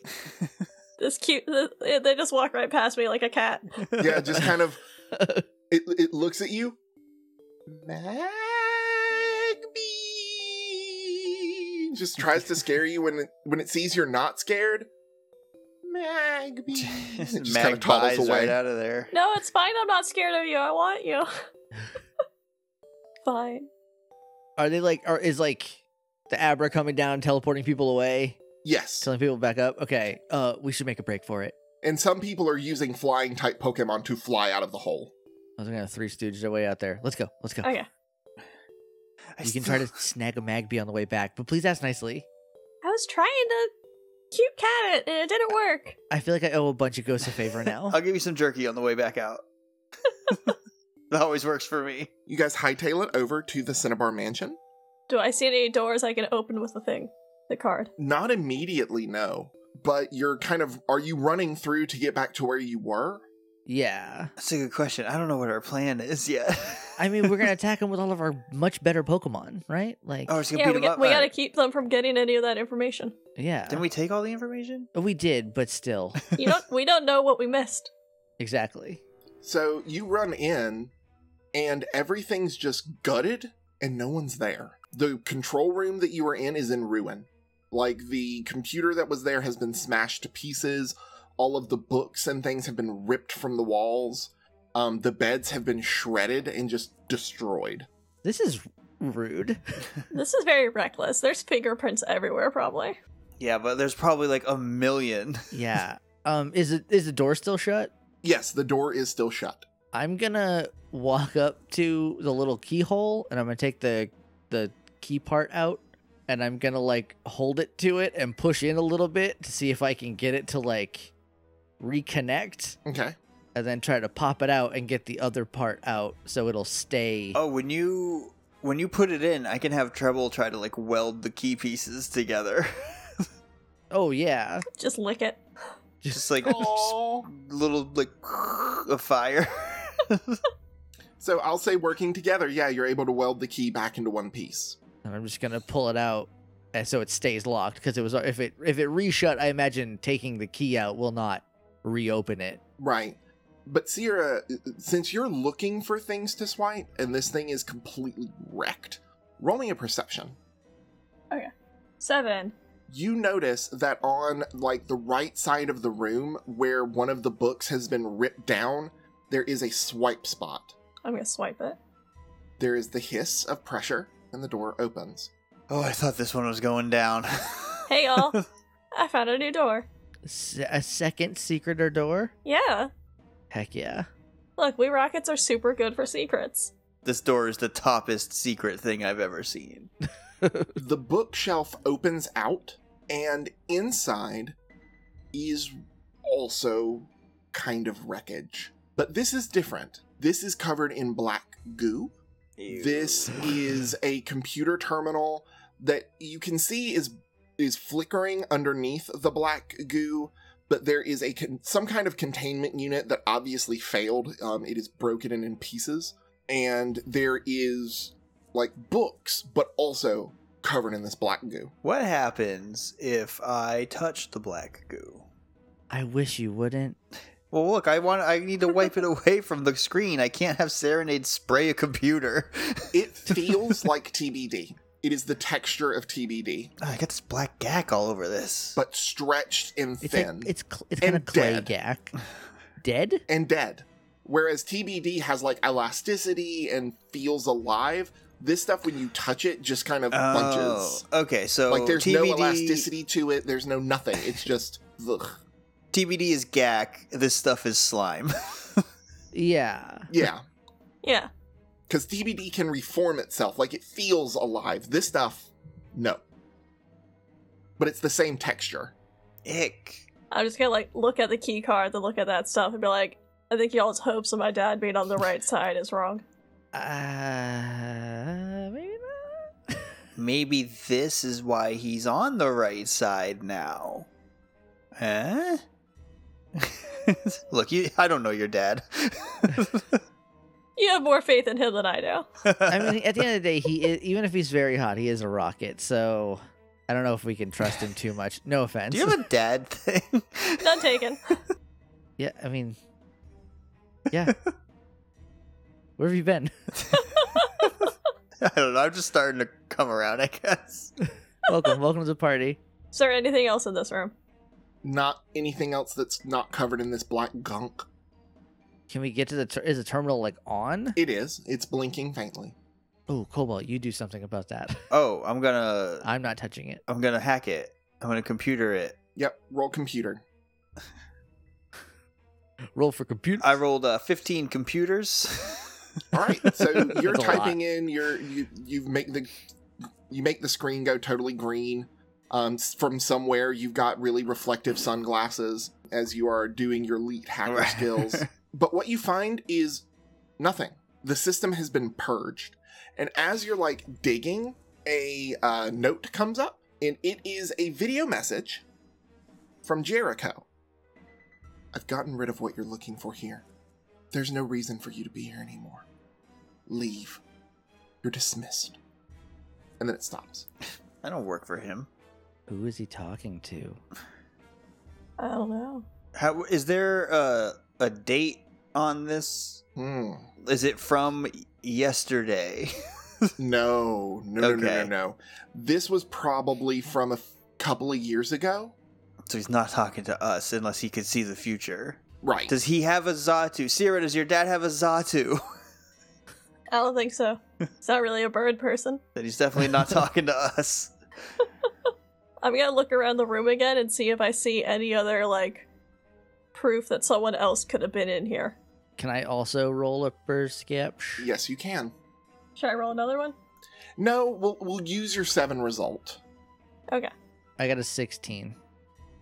D: This cute. th- they just walk right past me like a cat.
B: yeah just kind of it, it looks at you magby just tries to scare you when it, when it sees you're not scared magby it just kind of toddles
A: Magpies
B: away
A: right out of there.
D: No, it's fine. I'm not scared of you. I want you. fine.
F: Are they like? Or is like the Abra coming down, teleporting people away?
B: Yes.
F: Telling people back up. Okay, uh, we should make a break for it.
B: And some people are using flying type Pokemon to fly out of the hole.
F: I was gonna three stooges their way out there. Let's go. Let's go.
D: Okay.
A: I
F: You can try to
A: still-
F: snag a Magby on the way back, but please ask nicely.
D: I was trying to cute cat it and it didn't work.
F: I feel like I owe a bunch of ghosts a favor now.
A: I'll give you some jerky on the way back out. that always works for me.
B: You guys hightail it over to the Cinnabar Mansion?
D: Do I see any doors I can open with the thing? The card.
B: Not immediately, no. But you're kind of are you running through to get back to where you were?
F: Yeah.
A: That's a good question. I don't know what our plan is yet.
F: I mean, we're gonna attack them with all of our much better Pokemon, right? Like,
A: oh, it's gonna
D: Yeah,
A: beat
D: we,
A: 'em
D: got,
A: up.
D: we
A: All
D: gotta
A: right.
D: keep them from getting any of that information.
F: yeah,
A: Didn't we take all the information?
F: we did, but still,
D: You don't. we don't know what we missed.
F: exactly.
B: So you run in and everything's just gutted and no one's there. The control room that you were in is in ruin. Like the computer that was there has been smashed to pieces. All of the books and things have been ripped from the walls. Um, the beds have been shredded and just destroyed.
F: This is rude.
D: This is very reckless. There's fingerprints everywhere, probably.
A: Yeah, but there's probably like a million.
F: yeah. Um, is it is the door still shut?
B: Yes, the door is still shut.
F: I'm gonna walk up to the little keyhole and I'm gonna take the the key part out and I'm gonna like hold it to it and push in a little bit to see if I can get it to like reconnect
B: Okay.
F: and then try to pop it out and get the other part out so it'll stay.
A: Oh, when you when you put it in, I can have Treble try to like weld the key pieces together.
F: Oh, yeah.
D: Just lick it.
A: Just like
B: Aw.
A: little like a fire.
B: So I'll say working together, yeah, you're able to weld the key back into one piece.
F: And I'm just gonna pull it out and so it stays locked because it was if it if it reshut, I imagine taking the key out will not reopen it.
B: Right. But Sierra, since you're looking for things to swipe and this thing is completely wrecked, roll me a perception.
D: Seven.
B: You notice that on like the right side of the room where one of the books has been ripped down, there is a swipe spot.
D: I'm gonna swipe it.
B: There is the hiss of pressure and the door opens.
A: oh, I thought this one was going down.
D: Hey y'all, I found a new door.
F: Se- a second secret or door?
D: Yeah.
F: Heck yeah.
D: Look, we rockets are super good for secrets.
A: this door is the toppest secret thing I've ever seen.
B: the bookshelf opens out, and inside is also kind of wreckage. But this is different. This is covered in black goo. This is a computer terminal that you can see is is flickering underneath the black goo, but there is a con- some kind of containment unit that obviously failed. Um, it is broken and in pieces, and there is like books, but also covered in this black goo.
A: What happens if I touch the black goo?
F: I wish you wouldn't.
A: Well, look, I want I need to wipe it away from the screen. I can't have Serenade spray a computer.
B: It feels like TBD. It is the texture of TBD,
A: I got this black gack all over this.
B: but stretched and
F: It's
B: thin.
F: like, it's cl- it's kind
B: And
F: of clay
B: dead.
F: gack. Dead?
B: and dead. Whereas TBD has like elasticity and feels alive. This stuff, when you touch it, just kind of bunches.
A: Oh, okay, so
B: Like there's
A: TBD,
B: no elasticity to it. There's no nothing. It's just ugh.
A: TBD is gack. This stuff is slime.
F: Yeah.
B: yeah.
D: Yeah.
B: Because TBD can reform itself. Like it feels alive. This stuff, no. But it's the same texture.
A: Ick.
D: I'm just gonna like look at the key card, then look at that stuff, and be like, I think y'all's hopes of my dad being on the right side is wrong.
F: Uh, maybe not.
A: Maybe this is why he's on the right side now. Huh? look, you, I don't know your dad.
D: You have more faith in him than I do.
F: I mean, at the end of the day, he is, even if he's very hot, he is a rocket. So I don't know if we can trust him too much. No offense.
A: do you have a dad thing?
D: None taken.
F: yeah, I mean, yeah. Where have you been?
A: I don't know. I'm just starting to come around, I guess.
F: welcome, welcome to the party.
D: Is there anything else in this room?
B: Not anything else that's not covered in this black gunk.
F: Can we get to the? Ter- is the terminal like on?
B: It is. It's blinking faintly.
F: Oh, Cobalt, you do something about that.
A: Oh, I'm gonna
F: I'm not touching it.
A: I'm gonna hack it. I'm gonna computer it.
B: Yep, roll computer.
F: Roll for computer.
A: I rolled uh, 15 computers.
B: All right, so you're
F: That's a lot.
B: typing in your you you make the you make the screen go totally green. Um, s- from somewhere you've got really reflective sunglasses as you are doing your elite hacker
A: Right.
B: skills. But what you find is nothing. The system has been purged, and as you're like digging, a uh, note comes up, and it is a video message from Jericho. I've gotten rid of what you're looking for here. There's no reason for you to be here anymore. Leave. You're dismissed. And then it stops.
A: I don't work for him.
F: Who is he talking to?
D: I don't know.
A: How is there a a date on this?
B: Hmm.
A: Is it from yesterday?
B: No, no, no, no, no,
A: Okay.
B: no. This was probably from a f- couple of years ago.
A: so he's not talking to us unless he could see the future.
B: Right.
A: Does he have a Zatu? Sierra, does your dad have a Zatu?
D: I don't think so. It's not really a bird person.
A: then he's definitely not talking to us.
D: I'm gonna look around the room again and see if I see any other like proof that someone else could have been in here.
F: Can I also roll a perception?
B: yes, you can.
D: Should I roll another one?
B: No, we'll, we'll use your seven result.
F: I got a 16.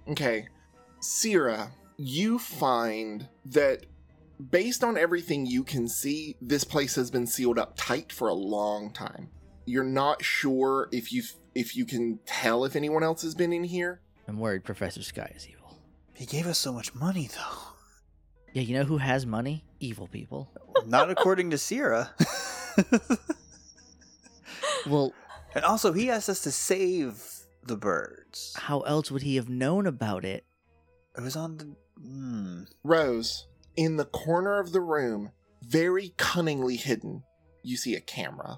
B: Okay. Sierra, you find that based on everything you can see, this place has been sealed up tight for a long time. You're not sure if you if you can tell if anyone else has been in here.
F: I'm worried Professor Sky is evil.
A: He gave us so much money, though.
F: Yeah, you know who has money? Evil people.
A: Not according to Sierra.
F: Well,
A: and also, he asked us to save the birds.
F: how else would he have known about it?
A: It was on the. Hmm.
B: Rose, in the corner of the room, very cunningly hidden, you see a camera.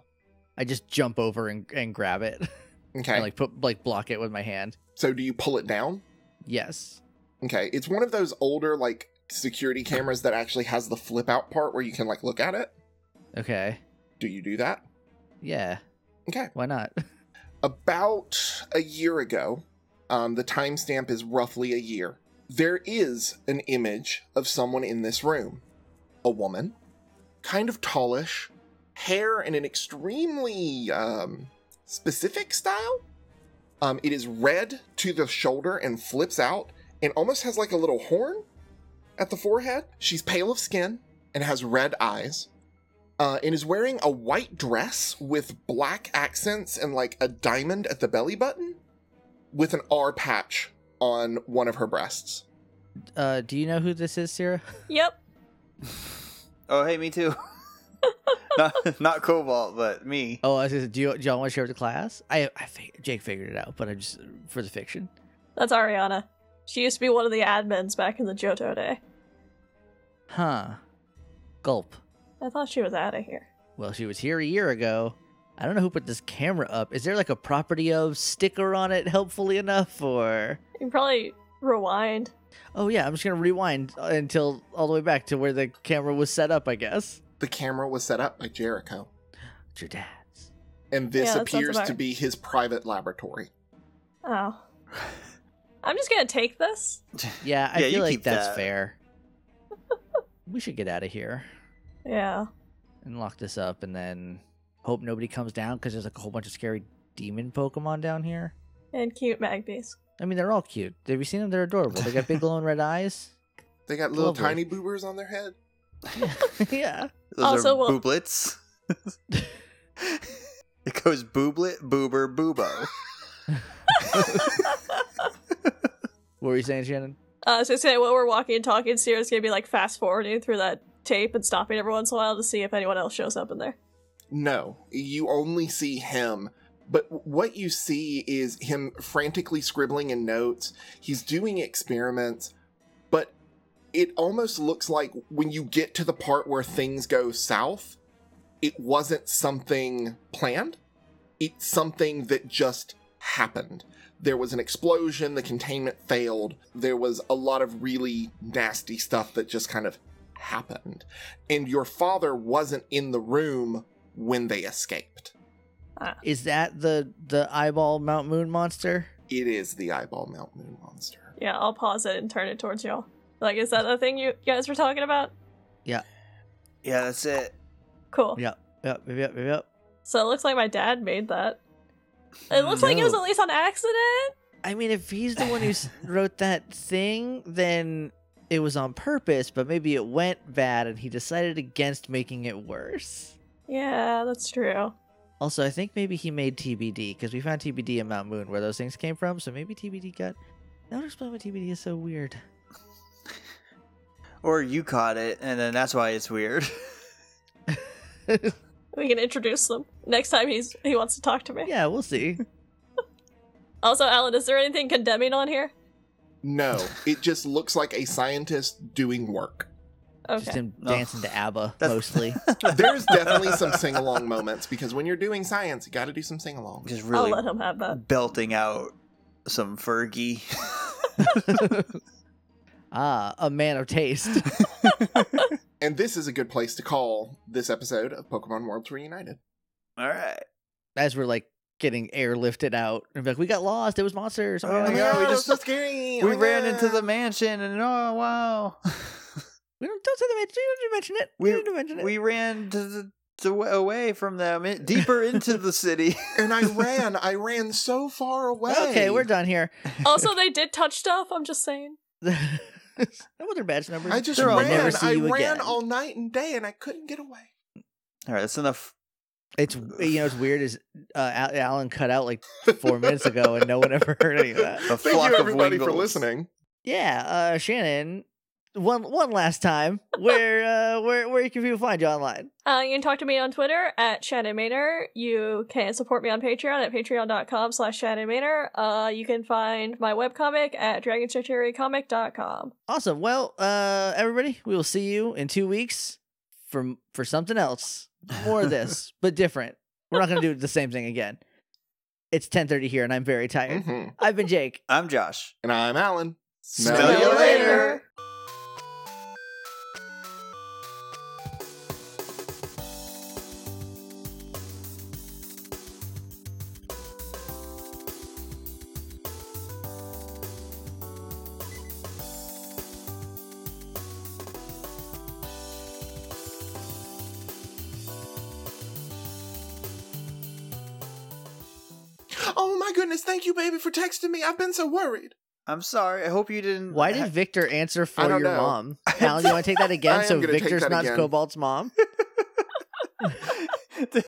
F: I just jump over and, and grab it.
B: Okay.
F: And like put like block it with my hand.
B: so do you pull it down?
F: Yes.
B: Okay. It's one of those older like security cameras that actually has the flip out part where you can like look at it.
F: Okay.
B: Do you do that?
F: Yeah.
B: Okay.
F: Why not?
B: about a year ago, um, the timestamp is roughly a year, there is an image of someone in this room. A woman, kind of tallish, hair in an extremely um, specific style. Um, it is red to the shoulder and flips out and almost has like a little horn at the forehead. She's pale of skin and has red eyes uh, and is wearing a white dress with black accents and like a diamond at the belly button with an R patch on one of her breasts.
F: Uh, do you know who this is, Sarah?
D: Yep.
A: Oh, hey, me too. not, not Cobalt, but me.
F: Oh, I was gonna say, do you do y'all want to share with the class? I, I fig- Jake figured it out, but I just for the fiction.
D: That's Ariana. She used to be one of the admins back in the Johto day.
F: Huh. Gulp.
D: I thought she was out of here.
F: Well, she was here a year ago. I don't know who put this camera up. Is there like a property of sticker on it helpfully enough or
D: You can probably rewind.
F: Oh yeah, I'm just going to rewind until all the way back to where the camera was set up, I guess.
B: The camera was set up by Jericho,
F: It's your dad's.
B: and this
D: Yeah, that sounds
B: appears
D: about
B: to
D: right.
B: be his private laboratory.
D: Oh. I'm just gonna take this.
F: Yeah, I
A: Yeah, you
F: feel like
A: keep
F: that's
A: that.
F: fair. we should get out of here
D: Yeah.
F: and lock this up and then hope nobody comes down cuz there's like a whole bunch of scary demon Pokemon down here.
D: And cute magpies.
F: I mean, they're all cute. Have you seen them? They're adorable. They got big glowing red eyes.
B: They got little
F: Lovely.
B: tiny boobers on their head.
F: yeah.
A: Those
D: Also,
A: are
D: well-
A: booblets. it goes booblet, boober, boobo.
F: What were you saying, Shannon?
D: Uh, so say while we're walking and talking, Sierra's gonna be like fast forwarding through that tape and stopping every once in a while to see if anyone else shows up in there.
B: No, you only see him. But what you see is him frantically scribbling in notes. He's doing experiments, but it almost looks like when you get to the part where things go south, it wasn't something planned. It's something that just happened. There was an explosion, the containment failed. There was a lot of really nasty stuff that just kind of happened. And your father wasn't in the room when they escaped.
F: Is that the the eyeball Mount Moon monster?
B: It is the eyeball melt moon monster.
D: Yeah, I'll pause it and turn it towards y'all. Like, is that the thing you guys were talking about?
A: Yeah, that's it.
D: Cool.
F: Yep. Yep. Yep. Yep.
D: So it looks like my dad made that. It looks like it was
F: No.
D: at least on accident.
F: I mean, if he's the one who s- wrote that thing, then it was on purpose, but maybe it went bad and he decided against making it worse.
D: Yeah, that's true.
F: Also, I think maybe he made TBD because we found TBD in Mount Moon where those things came from, so maybe TBD got. That would explain why TBD is so weird.
A: Or you caught it, and then that's why it's weird.
D: We can introduce them next time he's he wants to talk to me.
F: Yeah, we'll see.
D: Also, Alan, is there anything condemning on here?
B: No, it just looks like a scientist doing work.
D: Okay.
F: Just him
A: No.
F: dancing to ABBA
A: That's-
F: mostly.
B: There's definitely some sing along moments because when you're doing science, you got to do some sing along.
A: Just
D: I'll
A: really
D: let him have that.
A: belting out some Fergie.
F: ah, a man of taste.
B: And this is a good place to call this episode of Pokemon Worlds Reunited.
A: All right.
F: As we're like getting airlifted out, and be like, we got lost. It was monsters. Oh my
A: Oh
F: God."
A: my God, we just-
B: scary. Oh
A: we
D: uh,
A: ran into the mansion, and oh wow,
F: We don't don't say the mention. You don't mention it.
A: We-
F: you don't mention it.
A: we ran to the, to away from them, in, deeper into the city.
B: and I ran. I ran so far away.
F: Okay, we're done here.
D: also, they did touch stuff. I'm just saying.
F: no wonder badge numbers.
B: I just
A: They're all
B: ran.
A: never
F: see
B: I
F: you
B: ran
F: again.
B: all night and day, and I couldn't get away.
A: All right, that's enough.
F: It's you know it's weird is uh, Al- Alan cut out like four minutes ago and no one ever heard any of that.
A: A
B: Thank
A: flock
B: you,
A: of
B: everybody, for
A: Wingles.
B: listening.
F: Yeah, uh, Shannon, one one last time. Where uh, where where can people find you online?
D: Uh, you can talk to me on Twitter at Shannon Maynor. You can support me on Patreon at patreon.com slash Shannon Maynor. Uh, you can find my webcomic at dragonstatuarycomic.com.
F: Awesome. Well, uh, everybody, we will see you in two weeks for for something else, more of this, but different. We're not gonna do the same thing again. It's ten thirty here, and I'm very tired.
B: Mhm.
F: I've been Jake.
A: I'm Josh.
B: And I'm Alan.
A: Smell
B: Smell
A: you
B: you
A: later.
B: Oh my goodness! Thank you, baby, for texting me. I've been so worried.
A: I'm sorry. I hope you didn't.
F: Why did Victor answer for
B: I
F: your
B: don't know.
F: mom? Alan, you want to take that
B: I
F: again?
B: am
F: So
B: gonna take
F: Victor's
B: that
F: not
B: again.
F: Cobalt's mom.